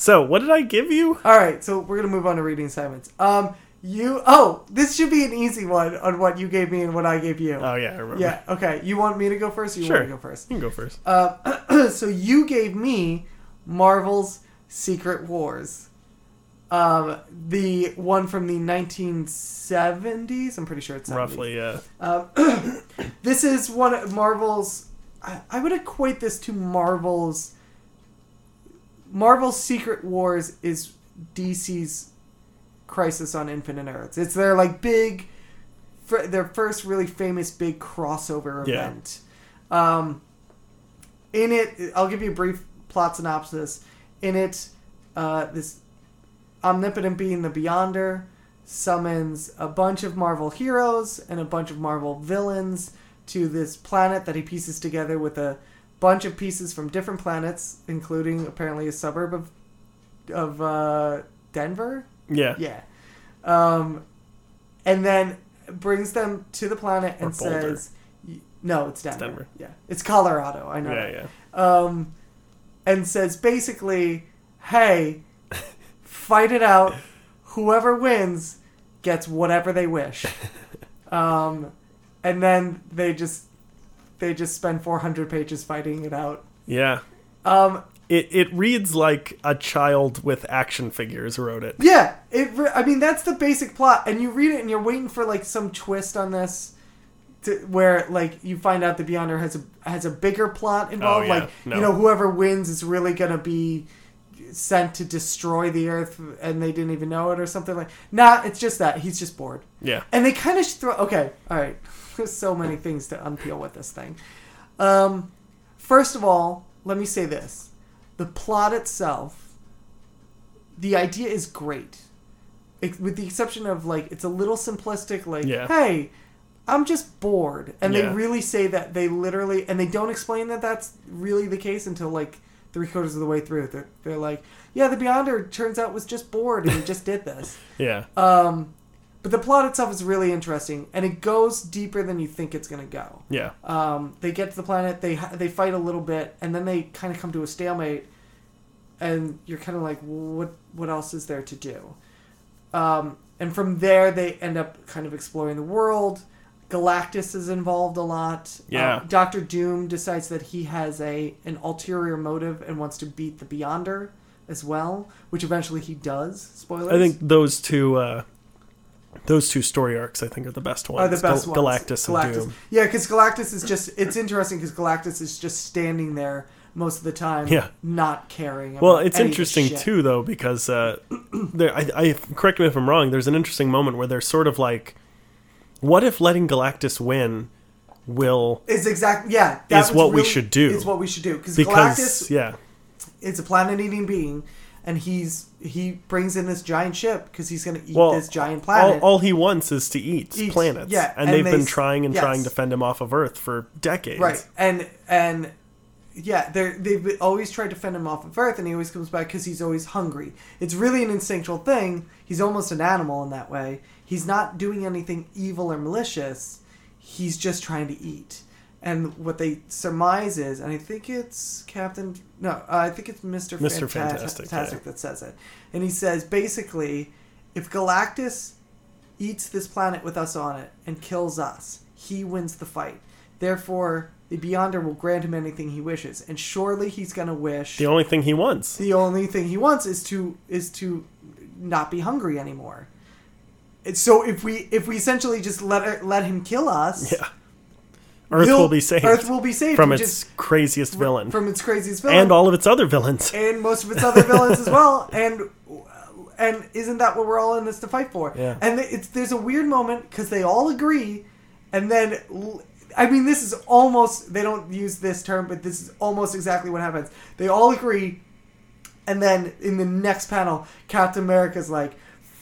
A: So, what did I give you?
B: All right, so we're gonna move on to reading assignments. Um, you. Oh, this should be an easy one on what you gave me and what I gave you.
A: Oh yeah, I remember.
B: yeah. Okay. You want me to go first? Or you
A: Sure.
B: want me to go first?
A: You can go first.
B: Uh, so you gave me Marvel's Secret Wars, um, the one from the 1970s. I'm pretty sure it's 70s.
A: Roughly, yeah.
B: This is one of Marvel's. I, I would equate this to Marvel's. Marvel's Secret Wars is DC's Crisis on Infinite Earths. It's their like big, fir- their first really famous big crossover
A: Yeah.
B: event. Um, in it, I'll give you a brief plot synopsis. In it, uh, this omnipotent being, the Beyonder, summons a bunch of Marvel heroes and a bunch of Marvel villains to this planet that he pieces together with a bunch of pieces from different planets, including apparently a suburb of of uh, Denver.
A: Yeah.
B: Yeah, um, and then brings them to the planet and
A: Or Boulder.
B: says, "No, it's Denver.
A: Denver.
B: Yeah, it's Colorado. I know.
A: Yeah,
B: that
A: yeah.
B: um, and says basically, "Hey, fight it out. Whoever wins gets whatever they wish." Um, and then they just they just spend 400 pages fighting it out.
A: Yeah.
B: Um,
A: It it reads like a child with action figures wrote it.
B: yeah, it. Re- I mean, that's the basic plot, and you read it, and you're waiting for like some twist on this. To, where like you find out the Beyonder has a has a bigger plot
A: Oh,
B: involved,
A: yeah.
B: like
A: No.
B: you know whoever wins is really gonna be sent to destroy the Earth, and they didn't even know it or something like. Nah, it's just that he's just bored.
A: Yeah.
B: And they kind of throw. Okay, all right. There's so many things to unpeel with this thing. Um, first of all, let me say this: the plot itself, the idea is great, Ex with the exception of like it's a little simplistic. Like,
A: Yeah.
B: hey, I'm just bored, and they
A: Yeah.
B: really say that they literally, and they don't explain that that's really the case until like three quarters of the way through. They're, they're like, yeah, the Beyonder turns out was just bored and he just did this.
A: Yeah.
B: Um, but the plot itself is really interesting, and it goes deeper than you think it's going to go.
A: Yeah.
B: Um, they get to the planet, they ha- they fight a little bit, and then they kind of come to a stalemate, and you're kind of like, what what else is there to do? Um, and from there, they end up kind of exploring the world. Galactus is involved a lot. Uh,
A: Yeah.
B: Doctor Doom decides that he has a an ulterior motive and wants to beat the Beyonder as well, which eventually he does. Spoilers.
A: I think those two uh those two story arcs I think are the best ones.
B: are the best
A: Gal-
B: ones.
A: Galactus, and Doom.
B: Yeah, because Galactus is just, it's interesting because Galactus is just standing there most of the time,
A: Yeah.
B: not caring. About
A: Well, it's
B: any of the
A: interesting
B: shit.
A: too, though, because uh, there. I, I correct me if I'm wrong. There's an interesting moment where they're sort of like, "What if letting Galactus win will?"
B: Is exactly, yeah. that
A: Is
B: was
A: what we should do.
B: Is what we should do. Because
A: Because
B: Galactus
A: yeah,
B: is a planet eating being, and he's, he brings in this giant ship because he's going to eat
A: well,
B: this giant
A: all,
B: planet.
A: all he wants is to eat,
B: Eat,
A: planets.
B: yeah,
A: and,
B: and
A: they've
B: they
A: been
B: s-
A: trying and
B: yes.
A: trying to fend him off of Earth for decades.
B: Right, and and yeah, they they've always tried to fend him off of Earth, and he always comes back because he's always hungry. It's really an instinctual thing. He's almost an animal in that way. He's not doing anything evil or malicious. He's just trying to eat. And what they surmise is, and I think it's Captain. No, uh, I think it's Mister
A: Mr.
B: Fantas-
A: Fantastic,
B: Fantastic that says it, and he says basically, if Galactus eats this planet with us on it and kills us. He wins the fight. Therefore, the Beyonder will grant him anything he wishes, and surely he's gonna wish.
A: The only thing he wants.
B: The only thing he wants is to is to not be hungry anymore. It's, so if we if we essentially just let let him kill us,
A: Yeah. Earth
B: he'll-
A: will be saved
B: Earth will be saved
A: from
B: We
A: its
B: just-
A: craziest villain
B: from its craziest villain
A: and all of its other villains.
B: and most of its other villains as well. And and isn't that what we're all in this to fight for?
A: Yeah.
B: And it's there's a weird moment because they all agree, and then l- I mean this is almost they don't use this term, but this is almost exactly what happens. They all agree, and then in the next panel, Captain America's like.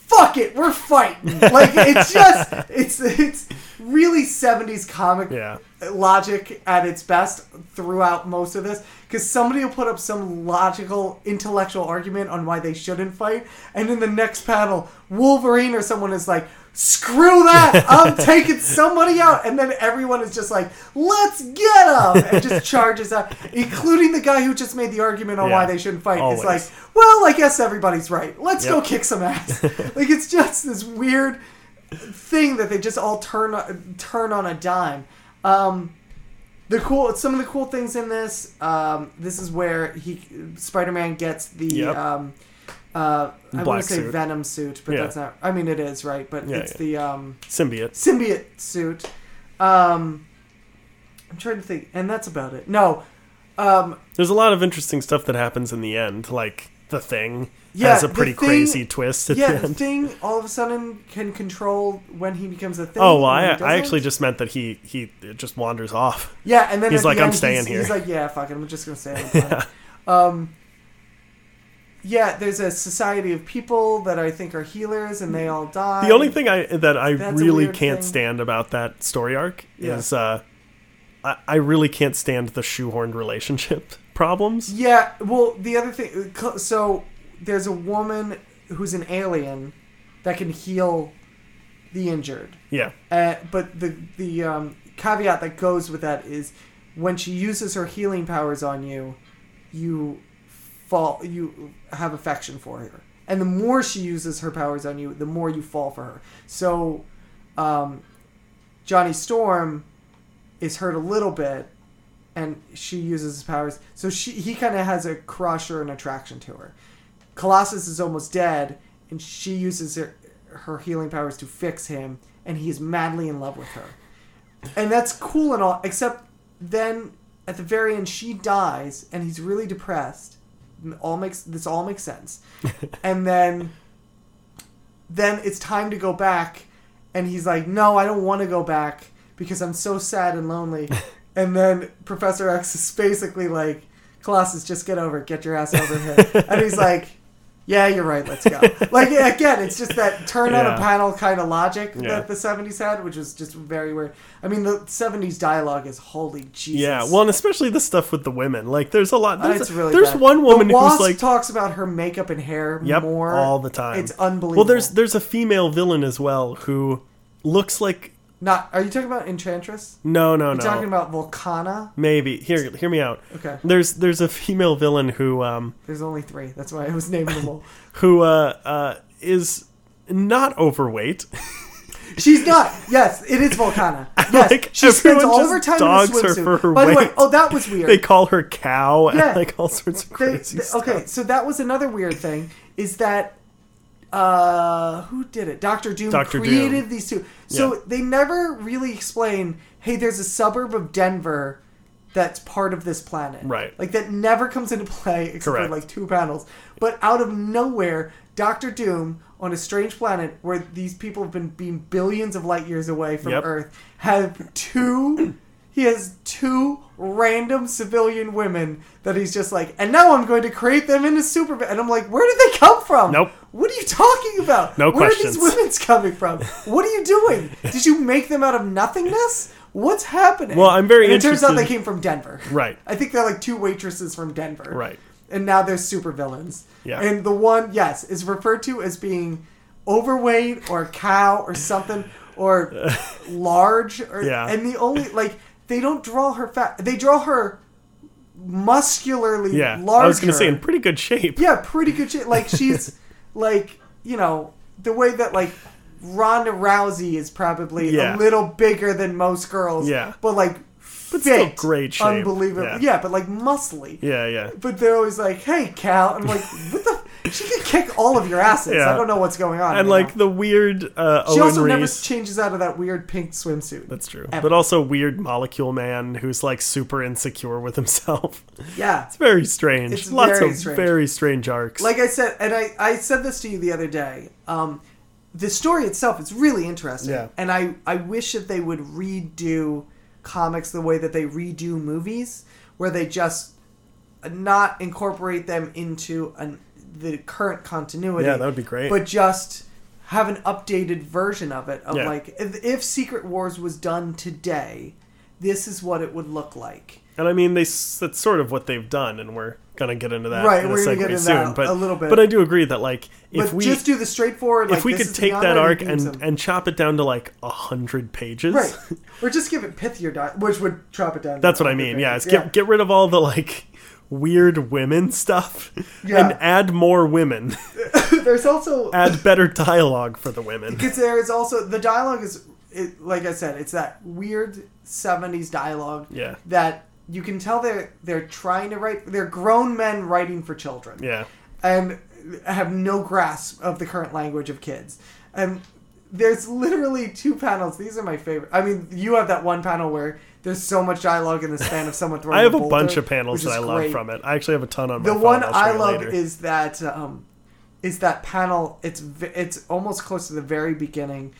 B: Fuck it, we're fighting. Like it's just it's it's really 70s comic
A: Yeah.
B: logic at its best throughout most of this because somebody will put up some logical intellectual argument on why they shouldn't fight and in the next panel wolverine or someone is like screw that i'm taking somebody out and then everyone is just like let's get him and just charges out including the guy who just made the argument on why
A: Yeah,
B: they shouldn't fight
A: always.
B: it's like well i guess everybody's right let's go
A: Yep.
B: kick some ass like it's just this weird thing that they just all turn turn on a dime. Um, the cool some of the cool things in this. Um, this is where he Spider Man gets the
A: Yep.
B: um, uh, I want
A: Black
B: to say
A: suit.
B: Venom suit, but
A: Yeah.
B: that's not. I mean, it is right, but
A: Yeah,
B: it's
A: yeah.
B: the um,
A: symbiote.
B: symbiote suit. Um, I'm trying to think, and that's about it. No, um,
A: There's a lot of interesting stuff that happens in the end, like the thing
B: Yeah,
A: has a
B: The
A: pretty
B: Thing-
A: crazy twist at
B: yeah,
A: the
B: the
A: end.
B: thing all of a sudden can control when he becomes a thing.
A: Oh well,
B: and
A: I,
B: when he
A: I
B: doesn't.
A: actually just meant that he he just wanders off.
B: Yeah, and then
A: He's
B: at the
A: like, "I'm
B: end,
A: staying
B: he's-
A: here."
B: He's like, yeah, fuck it, I'm just gonna stay. On the planet." Um, yeah, there's a society of people that I think are healers, and they all die.
A: The only thing I that I
B: That's a
A: really
B: weird
A: can't
B: thing.
A: stand about that story arc
B: Yeah.
A: is uh, I, I really can't stand the shoehorned relationship problems.
B: Yeah, well, the other thing, so there's a woman who's an alien that can heal the injured.
A: Yeah,
B: Uh, but the the um, caveat that goes with that is when she uses her healing powers on you, you fall you have affection for her, and the more she uses her powers on you, the more you fall for her. So, um, Johnny Storm is hurt a little bit, and she uses his powers. So she he kind of has a crush or an attraction to her. Colossus is almost dead, and she uses her, her healing powers to fix him, and he is madly in love with her. And that's cool and all, except then at the very end she dies, and he's really depressed. And All makes this all makes sense, and then then it's time to go back, and he's like, "No, I don't want to go back because I'm so sad and lonely." and then Professor X is basically like, "Colossus, just get over it. Get your ass over here." and he's like, "Yeah, you're right. Let's go." like again, it's just that turn on a
A: Yeah.
B: panel kind of logic
A: Yeah.
B: that the '70s had, which was just very weird. I mean, the '70s dialogue is holy Jesus.
A: yeah. Well, and especially the stuff with the women. Like, there's a lot.
B: Uh,
A: There's,
B: it's really
A: there's
B: bad.
A: one woman
B: the Wasp
A: who's like,
B: talks about her makeup and hair
A: yep,
B: more
A: all the time.
B: It's unbelievable.
A: well, there's there's a female villain as well who looks like
B: not. Are you talking about Enchantress?
A: no, no,
B: You're
A: no.
B: talking about Volcana?
A: Maybe here, hear me out.
B: Okay,
A: There's there's a female villain who um
B: there's only three. That's why I was naming them all.
A: who uh uh is not overweight.
B: She's not. Yes, it is Volcana. Yes,
A: Like,
B: she spends
A: everyone
B: all of
A: just
B: her time
A: dogs
B: in a
A: her
B: swimsuit.
A: for her
B: By the way,
A: weight.
B: oh, that was weird.
A: they call her cow
B: Yeah.
A: and like all sorts of
B: They-
A: crazy
B: they-
A: stuff.
B: okay, so that was another weird thing is that uh who did it? Doctor Doom
A: Dr. Doom.
B: created these two. So
A: Yeah.
B: they never really explain, hey, there's a suburb of Denver that's part of this planet.
A: Right.
B: Like that never comes into play except
A: Correct.
B: for like two panels. But out of nowhere, Doctor Doom on a strange planet where these people have been being billions of light years away from
A: Yep.
B: Earth have two he has two random civilian women that he's just like, and now I'm going to create them into super and I'm like, where did they come from?
A: Nope.
B: What are you talking about?
A: No
B: where
A: questions.
B: are these women's coming from? What are you doing? Did you make them out of nothingness? What's happening?
A: Well, I'm very
B: and it turns out they
A: interested-
B: came from Denver.
A: Right.
B: I think they're like two waitresses from Denver.
A: Right.
B: And now they're super villains.
A: Yeah.
B: And the one, yes, is referred to as being overweight or cow or something or large or
A: Yeah.
B: and the only like they don't draw her fat they draw her muscularly
A: Yeah,
B: larger.
A: I was gonna say in pretty good shape.
B: Yeah, pretty good shit. Like she's like you know the way that like Ronda Rousey is probably
A: Yeah.
B: a little bigger than most girls.
A: Yeah.
B: but like
A: But still
B: fit,
A: great shape.
B: unbelievable.
A: Yeah.
B: Yeah. but like muscely.
A: yeah, yeah.
B: But they're always like, "Hey, Cal," I'm like, "What the? She can kick all of your asses.
A: Yeah.
B: I don't know what's going on."
A: And
B: right
A: like the weird uh,
B: now. she
A: Owen
B: also never
A: Reese.
B: changes out of that weird pink swimsuit.
A: That's true.
B: Ever.
A: But also weird molecule man who's like super insecure with himself.
B: yeah,
A: It's very strange.
B: It's
A: Lots
B: very
A: of
B: strange.
A: very strange arcs.
B: like I said, and I, I said this to you the other day. Um, the story itself is really interesting,
A: Yeah.
B: and I, I wish that they would redo comics the way that they redo movies, where they just not incorporate them into an, the current continuity.
A: Yeah, that would be great.
B: But just have an updated version of it. Of
A: Yeah.
B: like, if, if Secret Wars was done today, this is what it would look like.
A: And I mean, they s- that's sort of what they've done, and we're gonna get into that
B: Right,
A: in a
B: we're gonna
A: segue
B: get into
A: soon.
B: that
A: but
B: a little bit.
A: But I do agree that like if
B: but
A: we
B: just do the straightforward.
A: if
B: like,
A: we
B: this
A: could
B: is the
A: take that
B: online
A: arc
B: meetings
A: and and chop it down to like a hundred pages,
B: right, or just give it pithier, di- which would chop it down. to
A: That's what I
B: 100
A: mean. Yeah, it's
B: pages.
A: get get rid of all the like weird women stuff
B: Yeah.
A: and add more women.
B: There's also
A: add better dialogue for the women.
B: because there is also the dialogue is it, like I said, it's that weird '70s dialogue
A: Yeah.
B: that you can tell they're they're trying to write. They're grown men writing for children.
A: Yeah.
B: and have no grasp of the current language of kids. And there's literally two panels. These are my favorite. I mean, you have that one panel where there's so much dialogue in the span of someone throwing.
A: I have a
B: boulder,
A: bunch of panels
B: which
A: that
B: is
A: I love
B: great.
A: from it. I actually have a ton on my
B: The
A: phone.
B: one
A: I'll show
B: I
A: you
B: love
A: later.
B: is that um, is that panel. It's v- it's almost close to the very beginning.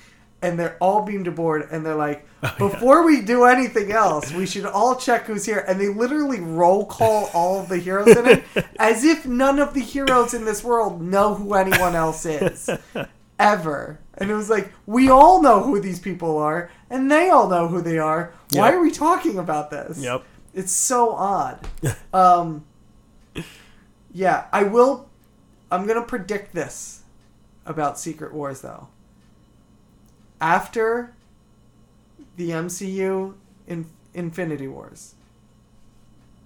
B: And they're all beamed aboard, and they're like,
A: Oh,
B: "Before we do anything else, we should all check who's here." And they literally roll call all of the heroes in it, as if none of the heroes in this world know who anyone else is ever. And it was like, we all know who these people are, and they all know who they are. Why
A: Yep.
B: are we talking about this?
A: Yep.
B: It's so odd. um, yeah, I will. I'm going to predict this about Secret Wars, though. After the MCU in Infinity Wars,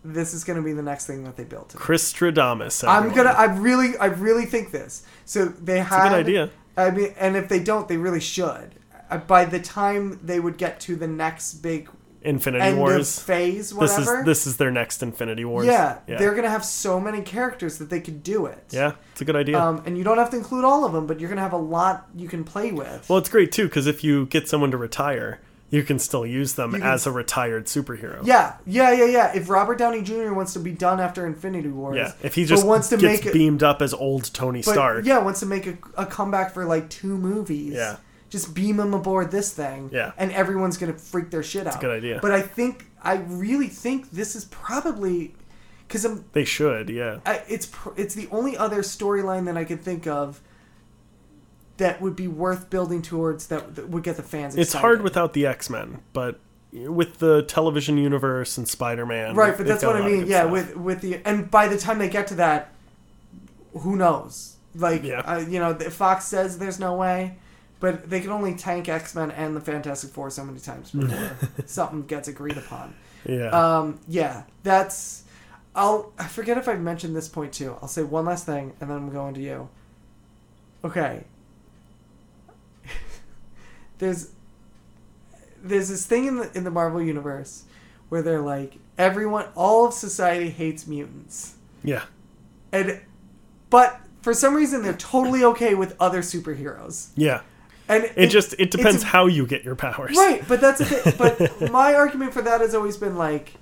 B: this is going to be the next thing that they build.
A: Chris Stradamus.
B: I'm
A: everyone.
B: gonna. I really, I really think this. So they have
A: idea.
B: I mean, and if they don't, they really should. Uh, By the time they would get to the next big
A: Infinity
B: end of
A: Wars.
B: phase,
A: This
B: whatever.
A: is this is their next Infinity Wars.
B: yeah,
A: Yeah.
B: they're gonna have so many characters that they could do it.
A: Yeah, it's a good idea.
B: Um, and you don't have to include all of them, but you're gonna have a lot you can play with.
A: well, it's great too because if you get someone to retire, you can still use them
B: can-
A: as a retired superhero.
B: yeah, yeah, yeah, yeah. If Robert Downey Jr. wants to be done after Infinity Wars,
A: Yeah, if he
B: but
A: just
B: wants to
A: gets
B: make it-
A: beamed up as old Tony
B: but,
A: Stark,
B: Yeah, wants to make a, a comeback for like two movies.
A: Yeah.
B: Just beam him aboard this thing.
A: Yeah.
B: And everyone's gonna freak their shit out.
A: good idea.
B: But I think I really think this is probably because I'm.
A: they should. Yeah,
B: I, it's pr- it's the only other storyline that I could think of that would be worth building towards that, that would get the fans.
A: it's
B: excited.
A: hard without the X Men, but with the television universe and Spider Man,
B: right, but that's what I mean. Yeah, with with the and by the time they get to that, who knows? Like,
A: Yeah.
B: uh, you know, if Fox says there's no way, but they can only tank X Men and the Fantastic Four so many times before something gets agreed upon.
A: yeah,
B: Um, yeah, that's. I'll I forget if I mentioned this point too. I'll say one last thing, and then I'm going to you. Okay. there's there's this thing in the in the Marvel universe where they're like everyone, all of society hates mutants,
A: yeah,
B: and but for some reason they're totally okay with other superheroes.
A: yeah.
B: And
A: It just it
B: it's
A: depends how you get your powers.
B: Right, but that's the thing. But my argument for that has always been like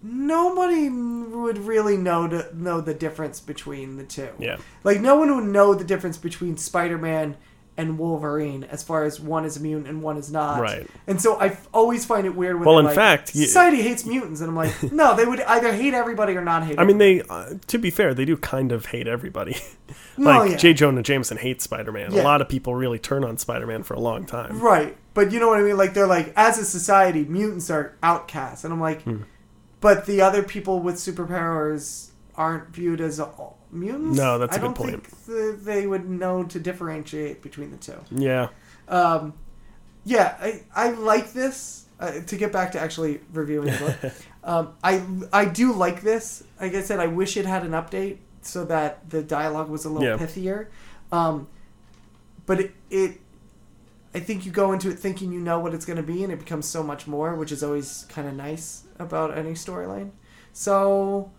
B: nobody would really know to know the difference between the two.
A: Yeah.
B: Like no one would know the difference between Spider-Man and Wolverine as far as one is immune and one is not.
A: Right.
B: And so I f- always find it weird when
A: Well,
B: they're
A: in
B: like,
A: fact, you-
B: society hates mutants and I'm like, no, they would either hate everybody or not hate.
A: I mean, they. Uh, to be fair, they do kind of hate everybody. like
B: yeah.
A: J. Jonah Jameson hates Spider Man.
B: Yeah.
A: A lot of people really turn on Spider Man for a long time.
B: Right. But you know what I mean? Like, they're like, as a society, mutants are outcasts. And I'm like,
A: Hmm.
B: but the other people with superpowers aren't viewed as all mutants?
A: No, that's a
B: I
A: good
B: don't
A: point.
B: think th- they would know to differentiate between the two.
A: Yeah,
B: Um, yeah, I, I like this. Uh, to get back to actually reviewing the book, um, I, I do like this. Like I said, I wish it had an update so that the dialogue was a little
A: Yeah.
B: pithier. Um, but it, it, I think you go into it thinking you know what it's going to be, and it becomes so much more, which is always kind of nice about any storyline. So,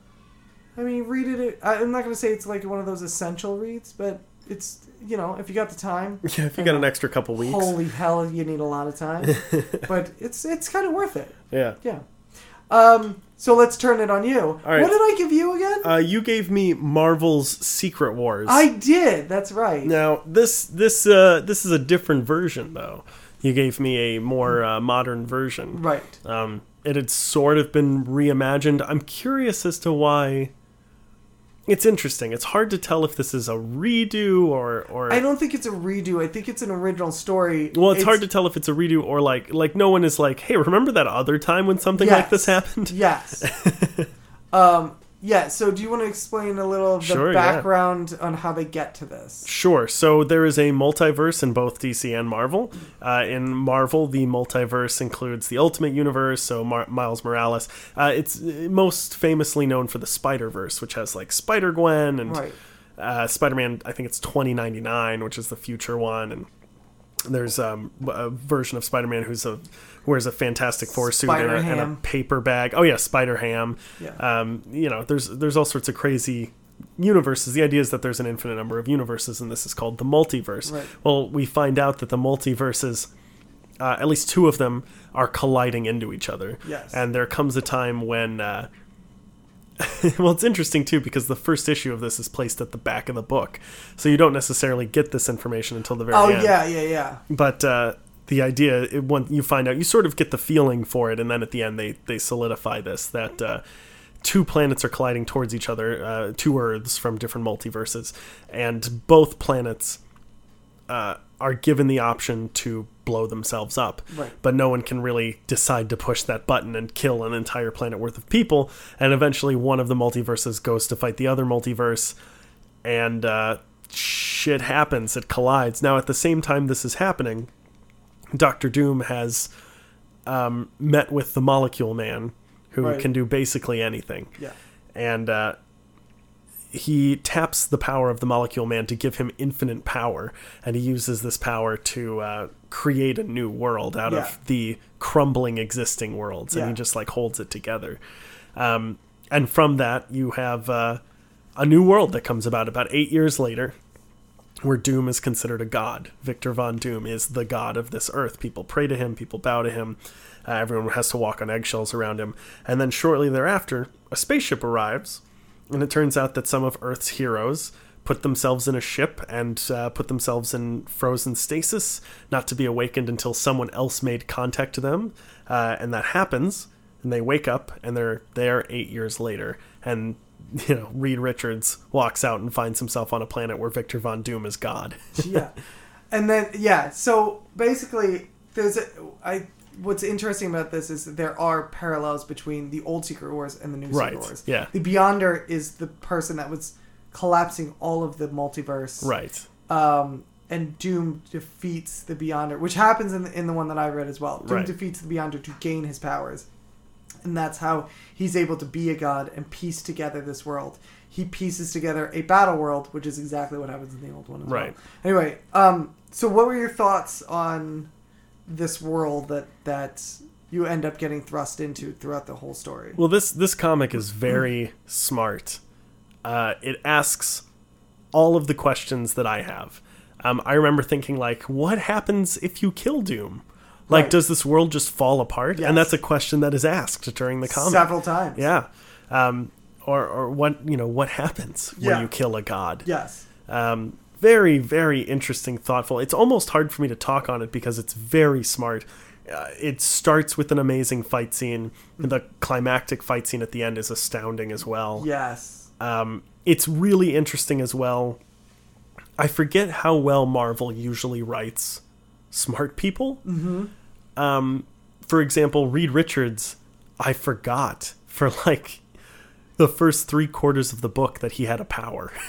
B: I mean, read it. I- I'm not going to say it's like one of those essential reads, but it's, you know, if you got the time,
A: yeah. If you got an extra couple weeks,
B: Holy hell, you need a lot of time. but it's it's kind of worth it.
A: yeah.
B: Yeah. Um, so let's turn it on you.
A: right.
B: What did I give you again?
A: Uh, you gave me Marvel's Secret Wars.
B: I did. That's right.
A: Now this this uh, this is a different version though. You gave me a more uh, modern version.
B: Right.
A: Um, it had sort of been reimagined. I'm curious as to why it's interesting. It's hard to tell if this is a redo or or
B: I don't think it's a redo. I think it's an original story.
A: well, it's, hard to tell if it's a redo or like like no one is like, hey, remember that other time when something like this
B: Yes.
A: happened?
B: Yes. um, yeah. So, do you want to explain a little of the
A: Sure, yeah.
B: background on how they get to this?
A: Sure. So there is a multiverse in both DC and Marvel. Uh, in Marvel, the multiverse includes the Ultimate Universe, so Mar- Miles Morales. Uh, it's uh, most famously known for the Spider Verse, which has like Spider Gwen and
B: Right.
A: uh, Spider Man. I think it's twenty ninety nine, which is the future one, and there's um, a version of Spider Man who's a wears a Fantastic Four suit and a, and a
B: Spider-Ham.
A: paper bag. Oh yeah, Spider Ham.
B: Yeah.
A: Um, you know, there's there's all sorts of crazy universes. The idea is that there's an infinite number of universes, and this is called the multiverse.
B: Right.
A: Well, we find out that the multiverses, uh, at least two of them, are colliding into each other.
B: Yes.
A: And there comes a time when. Uh, well, it's interesting too because the first issue of this is placed at the back of the book, so you don't necessarily get this information until the very
B: Oh
A: end
B: yeah, yeah, yeah.
A: but uh, the idea it, when you find out you sort of get the feeling for it and then at the end they, they solidify this that uh, two planets are colliding towards each other uh, two earths from different multiverses and both planets uh, are given the option to blow themselves up
B: Right.
A: but no one can really decide to push that button and kill an entire planet worth of people and eventually one of the multiverses goes to fight the other multiverse and uh, shit happens. It collides. Now, at the same time this is happening, Doctor Doom has um, met with the Molecule Man, who
B: Right.
A: can do basically anything.
B: Yeah.
A: And uh, he taps the power of the Molecule Man to give him infinite power, and he uses this power to uh, create a new world out
B: Yeah.
A: of the crumbling existing worlds, and he
B: Yeah.
A: just like holds it together. Um, and from that, you have uh, a new world that comes about about eight years later, where Doom is considered a god. Victor Von Doom is the god of this earth. People pray to him, people bow to him, uh, everyone has to walk on eggshells around him. And then shortly thereafter, a spaceship arrives, and it turns out that some of Earth's heroes put themselves in a ship and uh, put themselves in frozen stasis, not to be awakened until someone else made contact to them. Uh, and that happens, and they wake up, and they're there eight years later. And you know, Reed Richards walks out and finds himself on a planet where Victor Von Doom is God.
B: yeah and then yeah so basically there's a, I what's interesting about this is that there are parallels between the old secret wars and the new
A: Right,
B: secret wars
A: yeah.
B: the beyonder is the person that was collapsing all of the multiverse
A: right.
B: um and doom defeats the beyonder which happens in the, in the one that i read as well doom
A: Right.
B: defeats the beyonder to gain his powers and that's how he's able to be a god and piece together this world. He pieces together a battle world, which is exactly what happens in the old one. As
A: Right.
B: Well. Anyway, um, so what were your thoughts on this world that that you end up getting thrust into throughout the whole story?
A: Well, this this comic is very smart. Uh, it asks all of the questions that I have. Um, I remember thinking like, what happens if you kill Doom? Like,
B: Right.
A: does this world just fall apart?
B: Yes.
A: And that's a question that is asked during the comic.
B: Several times.
A: Yeah. Um, or or what you know what happens
B: Yeah.
A: when you kill a god?
B: Yes.
A: Um, very, very interesting, thoughtful. It's almost hard for me to talk on it because it's very smart. Uh, it starts with an amazing fight scene. The climactic fight scene at the end is astounding as well.
B: Yes.
A: Um, it's really interesting as well. I forget how well Marvel usually writes smart people. Mm-hmm. Um, for example, Reed Richards, I forgot for like the first three quarters of the book that he had a power.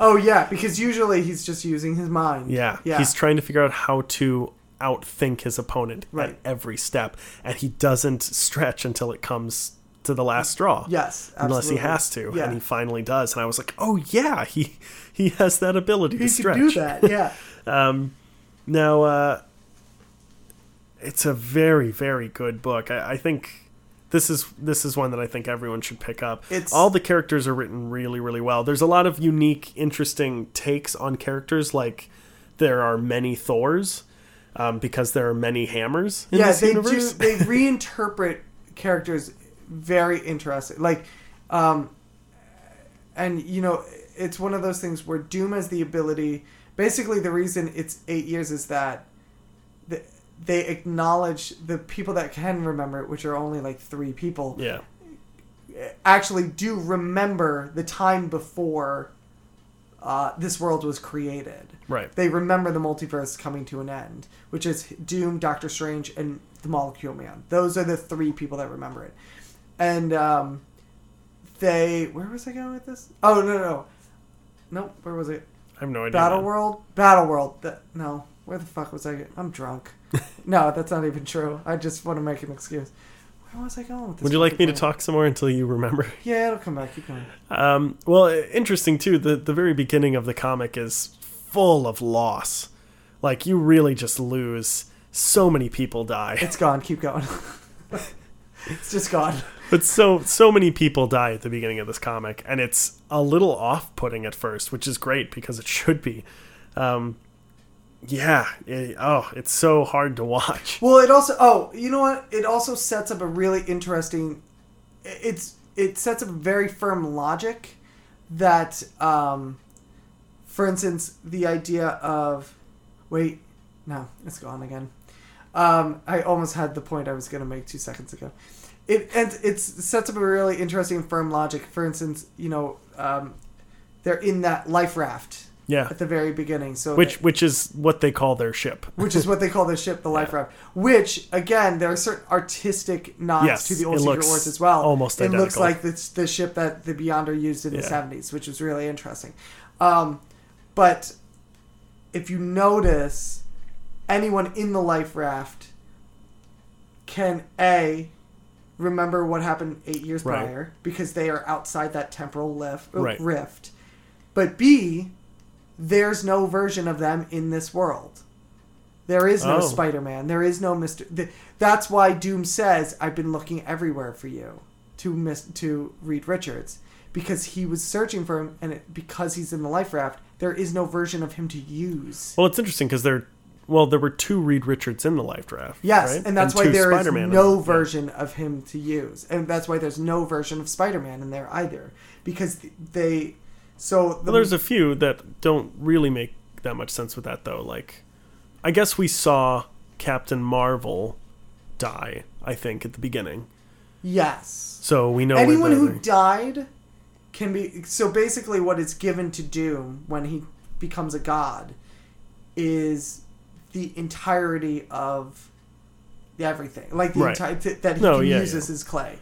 B: Oh yeah, because usually he's just using his mind.
A: Yeah.
B: Yeah.
A: He's trying to figure out how to outthink his opponent at
B: Right.
A: every step, and he doesn't stretch until it comes to the last straw.
B: yes. Absolutely.
A: Unless he has to,
B: Yeah.
A: and he finally does, and I was like, "Oh yeah, he he has that ability to
B: he
A: stretch."
B: could do that. Yeah.
A: Now, uh, it's a very very good book. I, I think this is this is one that I think everyone should pick up.
B: It's-
A: all the characters are written really really well. There's a lot of unique, interesting takes on characters. Like there are many Thors um, because there are many hammers in this
B: they
A: universe.
B: do. They reinterpret characters very interesting. Like, um, and you know, it's one of those things where Doom has the ability. Basically, the reason it's eight years is that th- they acknowledge the people that can remember it, which are only like three people
A: yeah,
B: actually do remember the time before uh, this world was created.
A: Right.
B: They remember the multiverse coming to an end, which is Doom, Doctor Strange, and the Molecule Man. Those are the three people that remember it. And um, they. Where was I going with this? Oh, no, no, no. Nope, where was it?
A: I have no idea.
B: Battle
A: man.
B: World? Battle World. Th- no. Where the fuck was I? I'm drunk. no, that's not even true. I just want to make an excuse. Where was I going with this?
A: Would you like me to
B: fucking
A: talk some more until you remember?
B: thing? Yeah, it'll come back. Keep going.
A: Um, well, i- interesting too. The the very beginning of the comic is full of loss. Like you really just lose. So many people die.
B: It's gone. Keep going. it's just gone.
A: But so so many people die at the beginning of this comic, and it's a little off putting at first, which is great because it should be. Um, yeah. it- oh, it's so hard to watch.
B: Well, it also oh, you know what? It also sets up a really interesting. It's it sets up very firm logic that, um, for instance, the idea of wait, no, it's gone again. Um, I almost had the point I was going to make two seconds ago. It and it's sets up a really interesting firm logic. For instance, you know, um, they're in that life raft
A: Yeah.
B: at the very beginning. So
A: Which which is what they call their ship.
B: which is what they call the ship, the life raft. Which, again, there are certain artistic nods
A: Yes,
B: to the old
A: it
B: Secret
A: looks
B: Wars as well.
A: almost
B: it looks
A: identical.
B: like the, the ship that the Beyonder used in the
A: Yeah.
B: seventies, which was really interesting. Um, but if you notice, anyone in the life raft can a remember what happened eight years
A: Right.
B: prior because they are outside that temporal lift,
A: Right.
B: rift. But B, there's no version of them in this world. There is no
A: Oh.
B: Spider Man. There is no Mister. Th- that's why Doom says, "I've been looking everywhere for you," to Miss to Reed Richards because he was searching for him, and it, because he's in the life raft, there is no version of him to use.
A: Well, it's interesting because there, well, there were two Reed Richards in the life draft.
B: Yes,
A: right?
B: and that's why
A: two
B: there is
A: Spider-Man in
B: no
A: the- yeah.
B: version of him to use, and that's why there's no version of Spider Man in there either because they. So the,
A: Well, there's a few that don't really make that much sense with that though. Like, I guess we saw Captain Marvel die. I think at the beginning,
B: yes.
A: so we know where
B: anyone
A: the-
B: who died can be so basically what is given to doom when he becomes a god is the entirety of everything like the
A: Right.
B: entire th- that he
A: No,
B: can
A: yeah,
B: use
A: yeah.
B: as his clay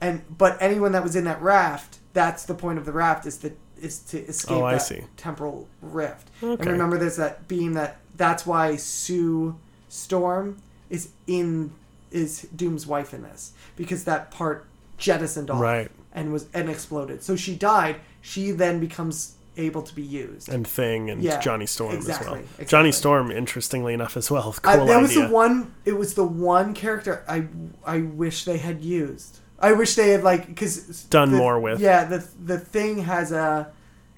B: and but anyone that was in that raft that's the point of the raft is that is to escape
A: Oh, I
B: that
A: see.
B: temporal rift and
A: Okay.
B: remember there's that beam that that's why sue storm is in is doom's wife in this because that part jettisoned off
A: Right.
B: and was and exploded so she died she then becomes able to be used
A: and Thing and
B: Yeah,
A: Johnny Storm as well.
B: exactly, exactly.
A: Johnny Storm, interestingly enough, as well. Cool
B: I, that was
A: idea.
B: the one. It was the one character I I wish they had used. I wish they had like because
A: Done more with.
B: Yeah, the the thing has a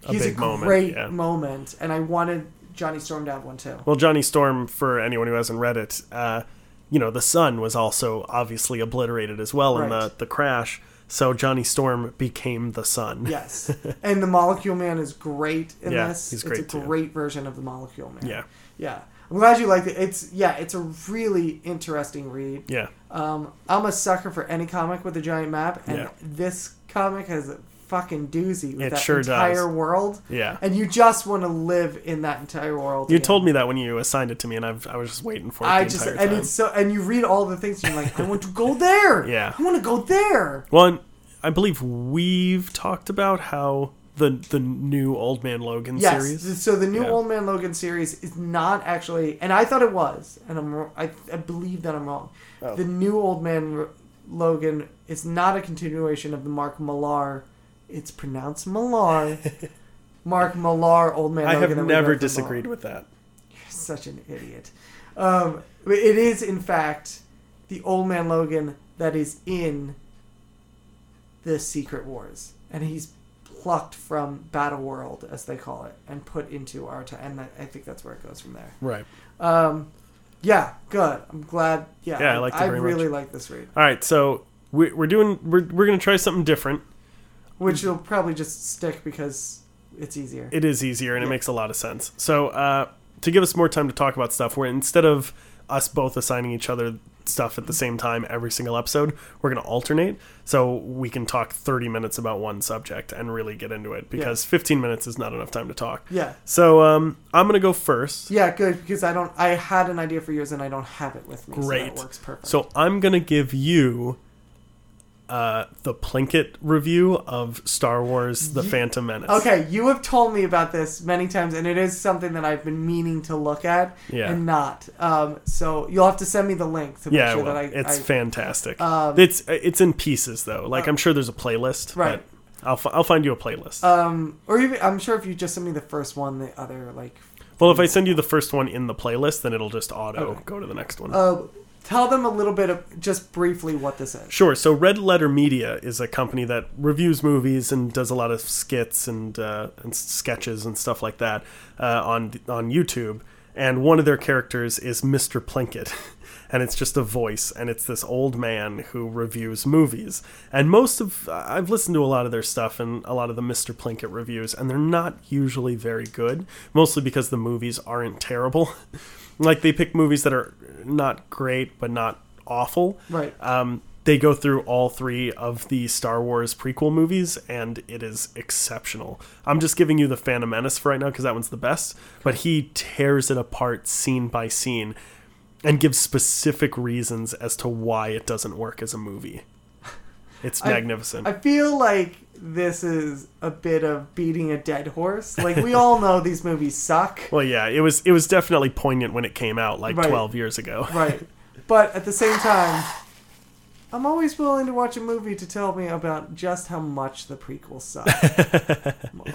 A: A
B: he's a,
A: big moment,
B: great
A: yeah.
B: moment, and I wanted Johnny Storm to have one too.
A: Well, Johnny Storm, for anyone who hasn't read it, uh, you know, the sun was also obviously obliterated as well in the,
B: Right.
A: the crash. So Johnny Storm became the sun.
B: Yes, and the Molecule Man is great in
A: Yeah,
B: this.
A: he's
B: it's
A: great,
B: a
A: too.
B: great version of the Molecule Man.
A: Yeah.
B: yeah. I'm glad you liked it. It's yeah, it's a really interesting read.
A: Yeah.
B: Um, I'm a sucker for any comic with a giant map, and
A: Yeah.
B: this comic has a fucking doozy with
A: It
B: that
A: sure does.
B: entire world.
A: Yeah.
B: and you just want to live in that entire world.
A: You told me that when you assigned it to me, and I've, I was just waiting for it
B: I
A: the
B: just
A: entire
B: and
A: time.
B: it's so and you read all the things and you're like, I want to go there.
A: Yeah.
B: I want to go there.
A: Well, and I believe we've talked about how the the new Old Man Logan
B: Yes.
A: series.
B: So the new
A: Yeah.
B: Old Man Logan series is not actually, and I thought it was, and I'm wr- I, I believe that I'm wrong.
A: Oh.
B: The new Old Man R- Logan is not a continuation of the Mark Millar. It's pronounced Millar. Mark Millar, Old Man.
A: I
B: Logan
A: have
B: that we
A: never
B: read from
A: disagreed
B: Millar.
A: with that.
B: Such an idiot. Um, it is in fact the Old Man Logan that is in the Secret Wars, and he's plucked from Battle World, as they call it, and put into our time. And I I think that's where it goes from there.
A: Right.
B: Um, yeah, good. I'm glad. Yeah,
A: Yeah, I liked it
B: I
A: very
B: really like this read,
A: All right. So we, we're doing we're we're gonna try something different.
B: which will probably just stick because it's easier.
A: Mm. it is easier and
B: Yeah.
A: it makes a lot of sense. So uh, to give us more time to talk about stuff, where instead of us both assigning each other stuff at the same time every single episode. We're going to alternate so we can talk 30 minutes about one subject and really get into it because 15 minutes is not enough time to talk.
B: Yeah.
A: So um, I'm going to go first.
B: Yeah, good because I don't. I had an idea for yours and I don't have it with me. So
A: Great.
B: that works perfect.
A: So I'm going to give you uh, the Plinkett review of Star Wars The Phantom Menace.
B: okay, you have told me about this many times, and it is something that I've been meaning to look at
A: Yeah.
B: and not. Um, so you'll have to send me the link to make
A: Yeah, I
B: sure that
A: will.
B: I.
A: it's
B: I- Um, Uh,
A: fantastic. it's it's in pieces though. Like I'm sure there's a playlist.
B: Right.
A: But I'll fi- I'll find you a playlist.
B: um, or even I'm sure if you just send me the first one, the other like.
A: well, if I send you the first one in the playlist, then it'll just auto
B: Okay.
A: go to the next one.
B: Uh, tell them a little bit of just briefly what this is.
A: Sure. So Red Letter Media is a company that reviews movies and does a lot of skits and uh, and sketches and stuff like that uh, on on YouTube. And one of their characters is Mr. Plinkett, and it's just a voice, and it's this old man who reviews movies. And most of I've listened to a lot of their stuff and a lot of the Mr. Plinkett reviews, and they're not usually very good, mostly because the movies aren't terrible. like they pick movies that are not great but not awful.
B: Right.
A: Um, they go through all three of the Star Wars prequel movies, and it is exceptional. I'm just giving you the Phantom Menace for right now because that one's the best. But he tears it apart scene by scene, and gives specific reasons as to why it doesn't work as a movie. It's
B: I-
A: magnificent.
B: I feel like this is a bit of beating a dead horse. Like we all know these movies suck.
A: well, yeah, it was it was definitely poignant when it came out like
B: Right.
A: 12 years ago.
B: Right. But at the same time, I'm always willing to watch a movie to tell me about just how much the prequels suck. I'm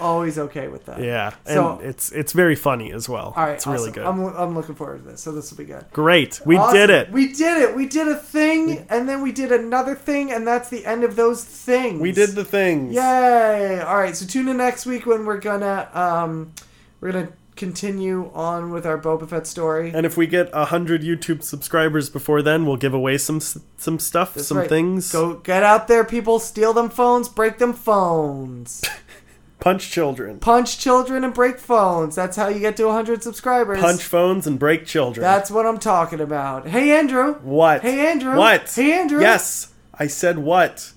B: always okay with that.
A: Yeah, and
B: So-
A: it's it's very funny as well.
B: All right.
A: it's really
B: awesome.
A: good.
B: I'm, I'm looking forward to this. So this will be good.
A: Great, we
B: Awesome.
A: did it.
B: We did it. We did a thing, and then we did another thing, and that's the end of those things.
A: We did the things.
B: Yay! All right, so tune in next week when we're gonna um, we're gonna continue on with our Boba Fett story.
A: And if we get a hundred YouTube subscribers before then, we'll give away some s- some stuff,
B: That's
A: some
B: right.
A: things.
B: Go get out there, people! Steal them phones, break them phones,
A: Punch children,
B: punch children and break phones. That's how you get to 100 subscribers.
A: punch phones, and break children.
B: That's what I'm talking about. Hey, Andrew.
A: what?
B: Hey, Andrew.
A: What?
B: Hey, Andrew.
A: Yes, I said what.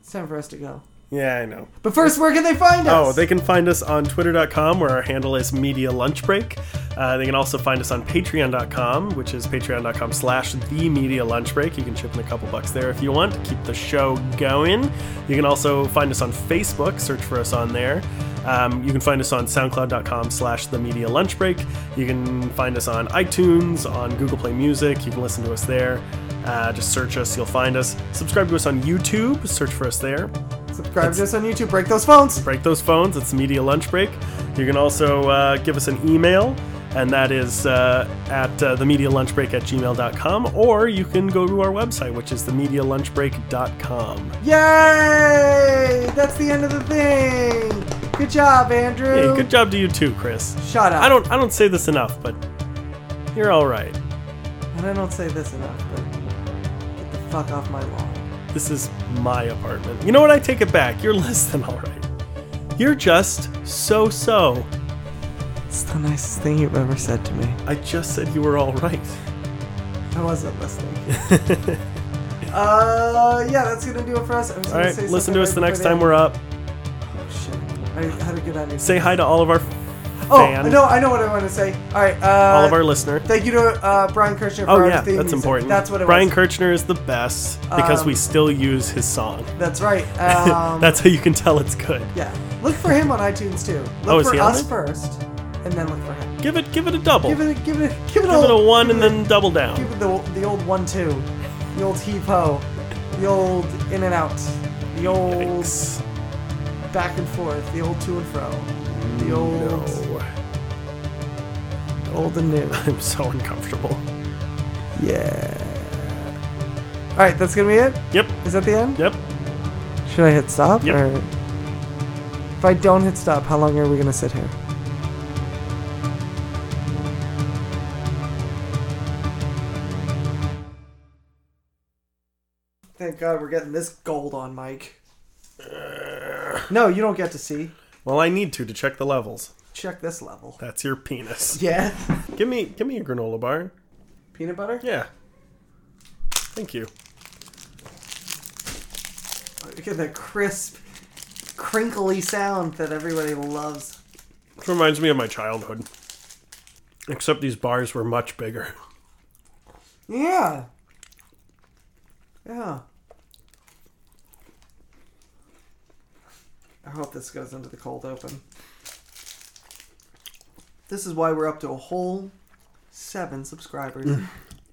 B: It's time for us to go.
A: Yeah, I know.
B: But first, where can they find us?
A: Oh, they can find us on twitter.com where our handle is media lunch break. Uh, they can also find us on patreon.com, which is patreon.com slash the media lunch break. You can chip in a couple bucks there if you want to keep the show going. You can also find us on Facebook, search for us on there. Um, you can find us on soundcloud.com slash the media lunch break. You can find us on iTunes, on Google Play Music. You can listen to us there. Uh, just search us, you'll find us. Subscribe to us on YouTube, search for us there
B: Subscribe to us on YouTube. Break those phones.
A: break those phones. It's media lunch break. You can also uh, give us an email, and that is uh, at uh, themedialunchbreak at gmail.com, or you can go to our website, which is themedialunchbreak.com.
B: Yay! That's the end of the thing. Good job, Andrew.
A: Hey, good job to you too, Chris.
B: Shut up.
A: I don't I don't say this enough, but you're all right.
B: And I don't say this enough, but get the fuck off my lawn.
A: This is my apartment. You know what? I take it back. You're less than all right. You're just so so.
B: It's the nicest thing you've ever said to me.
A: I just said you were all right.
B: I wasn't listening. uh, yeah, that's gonna do it for us. I was
A: All
B: gonna
A: right,
B: say
A: listen to
B: something
A: us the
B: right
A: next
B: before
A: time we're up.
B: end. Shit, I had a good idea.
A: Say hi to all of our
B: oh,
A: fan.
B: no, I know what I want to say. All right, uh,
A: all of our listener.
B: Thank you to uh, Brian Kirshner for
A: Oh
B: our
A: yeah, that's
B: theme music.
A: important.
B: That's what it
A: Brian
B: was.
A: Kirchner is the best because
B: Um,
A: we still use his song.
B: that's right. Um,
A: that's how you can tell it's good.
B: yeah. Look for him on iTunes too. Look
A: Oh, is
B: for
A: he on
B: us
A: there?
B: first, and then look for him.
A: Give it, give it a double.
B: Give
A: Give it,
B: it, a, give it, a, give it,
A: a one
B: give
A: and
B: it a-
A: then double down.
B: Give it the, the old one two, the old heave ho, the old in and out, the old
A: Thanks.
B: back and forth, the old to and fro, the old
A: No,
B: old and new.
A: I'm so uncomfortable.
B: Yeah. All right, that's gonna be it.
A: Yep,
B: Is that the end?
A: yep.
B: Should I hit stop?
A: Yep.
B: Or if I don't hit stop, how long are we gonna sit here? Thank God we're getting this gold on, Mike. No, you don't get to see.
A: Well, I need to to check the levels.
B: Check this level.
A: That's your penis.
B: Yeah.
A: Give me, give me a granola bar.
B: Peanut butter?
A: Yeah. Thank you.
B: Get the crisp, crinkly sound that everybody loves.
A: It reminds me of my childhood. Except these bars were much bigger.
B: Yeah. Yeah. I hope this goes into the cold open. This is why we're up to a whole seven subscribers.